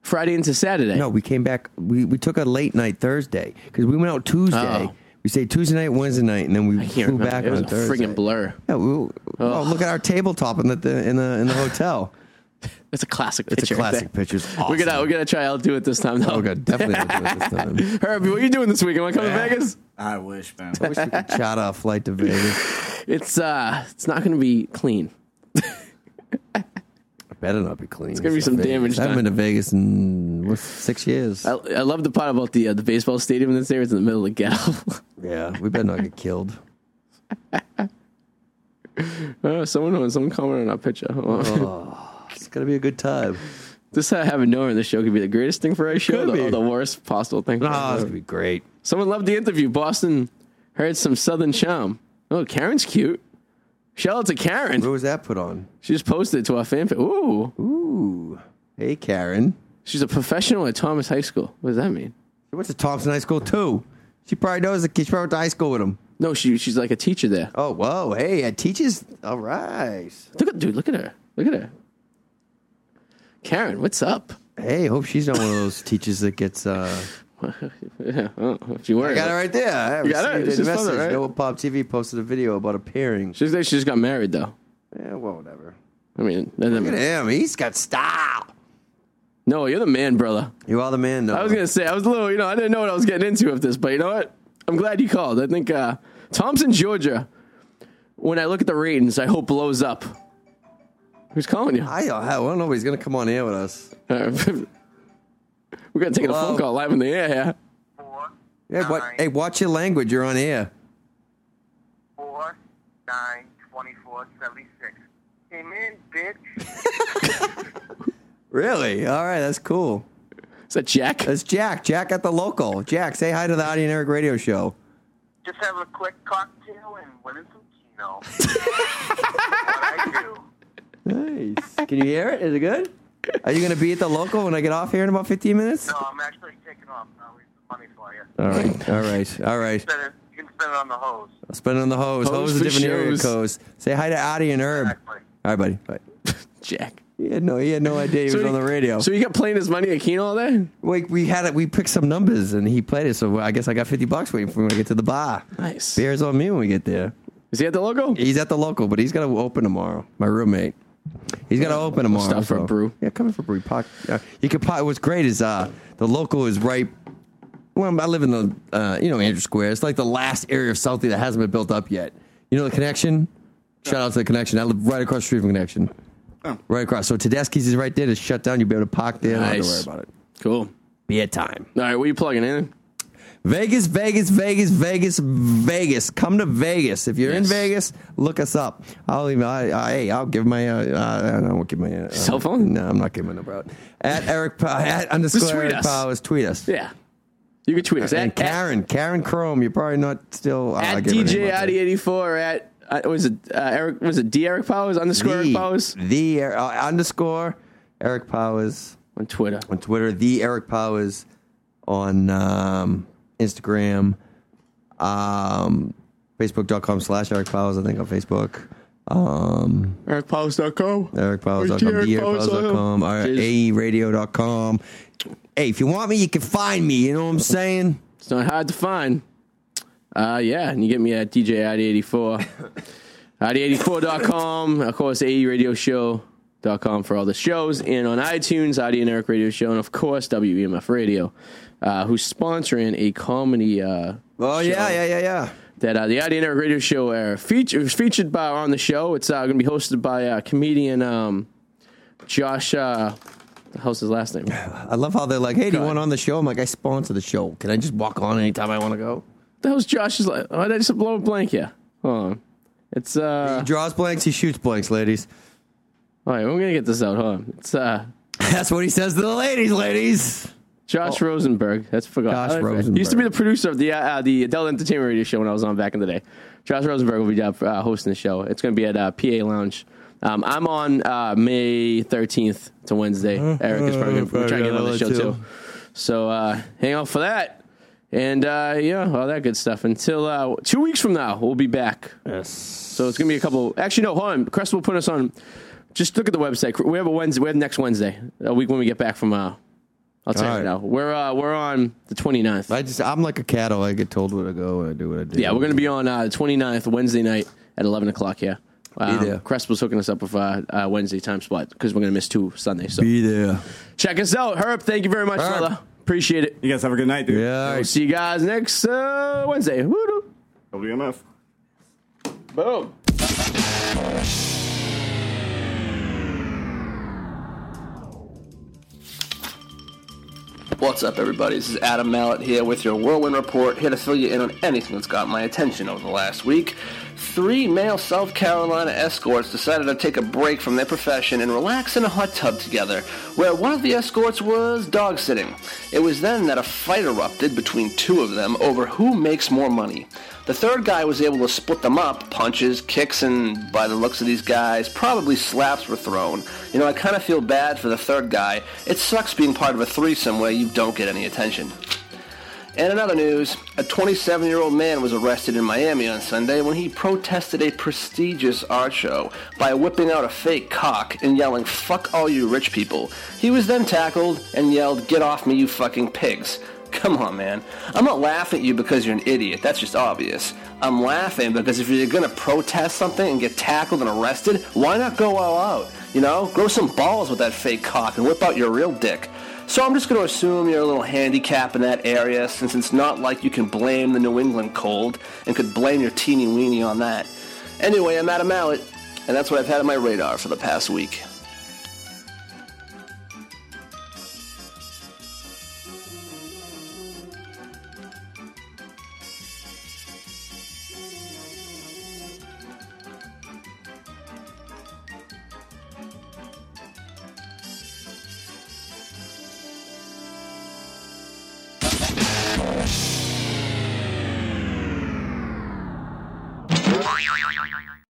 [SPEAKER 7] Friday into Saturday.
[SPEAKER 6] No, we came back. We, we took a late night Thursday because we went out Tuesday.
[SPEAKER 7] Oh.
[SPEAKER 6] We stayed Tuesday night, Wednesday night, and then we
[SPEAKER 7] I
[SPEAKER 6] flew
[SPEAKER 7] can't remember.
[SPEAKER 6] back
[SPEAKER 7] it was
[SPEAKER 6] on
[SPEAKER 7] a
[SPEAKER 6] Thursday.
[SPEAKER 7] friggin' blur.
[SPEAKER 6] Yeah, we, oh, look at our tabletop in the, the in the in the hotel.
[SPEAKER 7] That's a classic
[SPEAKER 6] It's
[SPEAKER 7] picture.
[SPEAKER 6] a
[SPEAKER 7] right
[SPEAKER 6] classic
[SPEAKER 7] there.
[SPEAKER 6] picture. It's awesome.
[SPEAKER 7] We're gonna we're gonna try. I'll do it this time though.
[SPEAKER 6] Oh god, definitely we'll do it this time.
[SPEAKER 7] Herbie, what are you doing this weekend? Want to come to Vegas?
[SPEAKER 9] I wish, man.
[SPEAKER 6] I wish we could chat our flight to Vegas.
[SPEAKER 7] It's uh, it's not gonna be clean.
[SPEAKER 6] Better not be clean. It's
[SPEAKER 7] gonna be some damage
[SPEAKER 6] I haven't
[SPEAKER 7] done.
[SPEAKER 6] been to Vegas in what, six years.
[SPEAKER 7] I, I love the part about the uh, the baseball stadium that's there. It's in the middle of the ghetto.
[SPEAKER 6] yeah, we better not get killed.
[SPEAKER 7] oh, someone someone commented on our picture. Oh.
[SPEAKER 6] It's gonna be a good time.
[SPEAKER 7] this I haven't known in this show could be the greatest thing for our show,
[SPEAKER 6] Could
[SPEAKER 7] the,
[SPEAKER 6] be.
[SPEAKER 7] the worst possible thing. for
[SPEAKER 6] Oh,
[SPEAKER 7] our
[SPEAKER 6] it's
[SPEAKER 7] show.
[SPEAKER 6] gonna be great.
[SPEAKER 7] Someone loved the interview. Boston heard some Southern charm. Oh, Karen's cute. Shout out to
[SPEAKER 6] Where
[SPEAKER 7] Karen.
[SPEAKER 6] was that put on?
[SPEAKER 7] She just posted it to our fan page. Ooh,
[SPEAKER 6] Ooh, hey Karen,
[SPEAKER 7] she's a professional at Thomas High School. What does that mean?
[SPEAKER 6] she went to Thompson High School too. She probably knows the kid. She probably went to high school with him.
[SPEAKER 7] No, she she's like a teacher there.
[SPEAKER 6] Oh, whoa, hey, it teaches. All right.
[SPEAKER 7] Look at dude. Look at her. Look at her. Karen, what's up?
[SPEAKER 6] Hey, hope she's not one of those teachers that gets. uh
[SPEAKER 7] Yeah, oh, if you were,
[SPEAKER 6] I got it right there. I
[SPEAKER 7] You got it?
[SPEAKER 6] received
[SPEAKER 7] She's
[SPEAKER 6] a
[SPEAKER 7] found it,
[SPEAKER 6] message.
[SPEAKER 7] right?
[SPEAKER 6] Noah Pop TV posted a video about appearing.
[SPEAKER 7] She's like, she just got married though.
[SPEAKER 6] Yeah, well, whatever.
[SPEAKER 7] I mean, that- that-
[SPEAKER 6] Look at him. He's got style.
[SPEAKER 7] no, you're the man, brother.
[SPEAKER 6] You are the man, though.
[SPEAKER 7] I was gonna say, I was a little, you know, I didn't know what I was getting into with this, but you know what? I'm glad you called. I think uh, Thompson, Georgia. When I look at the ratings, I hope blows up. Who's calling you?
[SPEAKER 6] I, I don't know if he's going to come on air with us.
[SPEAKER 7] We're gonna take a phone
[SPEAKER 6] Hello?
[SPEAKER 7] call live in the air. Here.
[SPEAKER 10] four,
[SPEAKER 6] Hey, what,
[SPEAKER 10] nine,
[SPEAKER 6] hey, watch your language. You're on air.
[SPEAKER 10] four, nine, 24, 76. Came in, bitch.
[SPEAKER 6] Really? All right, that's cool.
[SPEAKER 7] Is that Jack?
[SPEAKER 6] It's Jack. Jack at the local. Jack, say hi to the Audie and Eric radio show.
[SPEAKER 10] Just having a quick cocktail and winning some Keno. That's what I do.
[SPEAKER 6] Nice. Can you hear it? Is it good? Are you going to be at the local when I get off here in about 15 minutes?
[SPEAKER 10] No, I'm actually taking off. I'll leave some money for you.
[SPEAKER 6] All right. All right. All right.
[SPEAKER 10] Spend it- You can spend it on the hose.
[SPEAKER 6] I'll spend it on the hose.
[SPEAKER 7] Hose
[SPEAKER 6] Hose, is a
[SPEAKER 7] for
[SPEAKER 6] different area
[SPEAKER 7] shows.
[SPEAKER 6] codes. Say hi to Audie and Herb.
[SPEAKER 10] Exactly.
[SPEAKER 6] All right, buddy. Bye.
[SPEAKER 7] Jack.
[SPEAKER 6] He had no, he had no idea he was on the radio.
[SPEAKER 7] So you got playing his money at Keno all day?
[SPEAKER 6] Wait, we had it. We picked some numbers, and he played it. So I guess I got fifty bucks waiting for me when I get to the bar.
[SPEAKER 7] Nice.
[SPEAKER 6] Beer's on me when we get there.
[SPEAKER 7] Is he at the logo?
[SPEAKER 6] He's at the local, but he's got to open tomorrow. My roommate. He's got to open tomorrow.
[SPEAKER 7] stop for a brew.
[SPEAKER 6] Yeah, coming for a brew. Pot. Yeah, you could pot. What's great is uh, the local is right. Well, I live in the uh, you know Andrew Square. It's like the last area of Southie that hasn't been built up yet. You know the connection. Shout out to the connection. I live right across the street from connection.
[SPEAKER 9] Oh.
[SPEAKER 6] Right across. So Tedeschi's is right there. It's shut down. You'll be able to park there. Not have to worry
[SPEAKER 7] Nice.
[SPEAKER 6] about it.
[SPEAKER 7] Cool. All
[SPEAKER 6] Beer time.
[SPEAKER 7] right, what are you plugging in?
[SPEAKER 6] Vegas, Vegas, Vegas, Vegas, Vegas. Come to Vegas. If you're in
[SPEAKER 7] Yes.
[SPEAKER 6] Vegas, look us up. I'll even. I, I, hey, I'll give my. Uh, uh, I won't give my uh,
[SPEAKER 7] Cell phone?
[SPEAKER 6] No, I'm not giving my number out. At Eric Pa- at underscore
[SPEAKER 7] tweet
[SPEAKER 6] Eric
[SPEAKER 7] us.
[SPEAKER 6] Powers. Tweet us.
[SPEAKER 7] Yeah. You can tweet us
[SPEAKER 6] And
[SPEAKER 7] at, at,
[SPEAKER 6] Karen, Karen Chrome. You're probably not still. oh,
[SPEAKER 7] at DJ Audi84 at, uh, was it uh, Eric, was it D Eric Powers underscore Eric Powers?
[SPEAKER 6] The uh, underscore Eric Powers
[SPEAKER 7] On Twitter.
[SPEAKER 6] on Twitter. The Eric Powers on um, Instagram. Um, Facebook.com slash Eric Powers, I think, on Facebook. Um,
[SPEAKER 7] EricPowers.com.
[SPEAKER 6] EricPowers.com, TheEricPowers.com,
[SPEAKER 7] Jeez.
[SPEAKER 6] AERadio.com. Hey, if you want me, you can find me. You know what I'm saying?
[SPEAKER 7] It's not hard to find. Uh, yeah, and you get me at DJ ID84. ID84.com, of course, E AERadioshow.com for all the shows, and on iTunes, ID and Eric Radio Show, and of course, WEMF Radio, uh, who's sponsoring a comedy uh,
[SPEAKER 6] Oh, yeah, yeah, yeah, yeah.
[SPEAKER 7] that uh, the ID and Eric Radio Show uh, feature, was featured by on the show. It's uh, going to be hosted by uh, comedian um, Josh. Uh, how's his last name? What
[SPEAKER 6] I love how they're like, hey, do you
[SPEAKER 7] God.
[SPEAKER 6] want on the show? I'm like, I sponsor the show. Can I just walk on anytime I want to go?
[SPEAKER 7] the hell's Josh's? la- Oh, did I just blow a blank here? Hold on. It's uh,
[SPEAKER 6] He draws blanks, he shoots blanks, ladies.
[SPEAKER 7] All right, we're gonna get this out, huh? It's uh,
[SPEAKER 6] That's what he says to the ladies, ladies.
[SPEAKER 7] Josh Rosenberg. That's forgot.
[SPEAKER 6] Oh. Josh
[SPEAKER 7] I- I-
[SPEAKER 6] Rosenberg.
[SPEAKER 7] He used to be the producer of the uh, uh, the Adele Entertainment Radio Show when I was on back in the day. Josh Rosenberg will be uh, uh, hosting the show. It's gonna be at uh, PA Lounge. Um, I'm on uh, May 13th. It's a Wednesday.
[SPEAKER 6] Mm-hmm.
[SPEAKER 7] Eric is probably gonna we're
[SPEAKER 6] Probably
[SPEAKER 7] trying to get
[SPEAKER 6] got
[SPEAKER 7] him on the
[SPEAKER 6] that
[SPEAKER 7] show
[SPEAKER 6] too.
[SPEAKER 7] too. So uh, hang out for that. And uh, yeah, all that good stuff. Until uh, two weeks from now, we'll be back. Yes. So it's gonna be a couple. Actually, no, hold on. Crest will put us on. Just look at the website. We have a Wednesday. We have next Wednesday, a week when we get back from. Uh, I'll tell
[SPEAKER 6] All
[SPEAKER 7] you
[SPEAKER 6] right.
[SPEAKER 7] right now. We're uh, we're on the 29th.
[SPEAKER 6] I just, I'm like a cattle. I get told where to go and I do what I do.
[SPEAKER 7] Yeah, we're going to be on uh, the 29th, Wednesday night at 11 o'clock. Yeah. Um,
[SPEAKER 6] there.
[SPEAKER 7] Crest was hooking us up with uh, uh, Wednesday time spot because we're going to miss two Sunday. So
[SPEAKER 6] be there.
[SPEAKER 7] check us out. Herb, thank you very much,
[SPEAKER 6] Herb.
[SPEAKER 7] brother. Appreciate it.
[SPEAKER 9] You guys have a good night, dude.
[SPEAKER 6] Yeah.
[SPEAKER 7] We'll see you guys next uh, Wednesday. Woo-doo.
[SPEAKER 9] WMF.
[SPEAKER 7] Boom.
[SPEAKER 11] What's up, everybody? This is Adam Mallett here with your Whirlwind Report, here to fill you in on anything that's got my attention over the last week. Three male South Carolina escorts decided to take a break from their profession and relax in a hot tub together, where one of the escorts was dog sitting. It was then that a fight erupted between two of them over who makes more money. The third guy was able to split them up. Punches, kicks, and by the looks of these guys, probably slaps were thrown. You know, I kind of feel bad for the third guy. It sucks being part of a threesome where you don't get any attention. And in other news, a 27 year old man was arrested in Miami on Sunday when he protested a prestigious art show by whipping out a fake cock and yelling, fuck all you rich people. He was then tackled and yelled, get off me, you fucking pigs. Come on, man. I'm not laughing at you because you're an idiot. That's just obvious. I'm laughing because if you're gonna protest something and get tackled and arrested, why not go all out? You know, grow some balls with that fake cock and whip out your real dick. So I'm just going to assume you're a little handicap in that area since it's not like you can blame the New England cold and could blame your teeny weeny on that. Anyway, I'm Adam Mallet, and that's what I've had on my radar for the past week.
[SPEAKER 12] Fresh.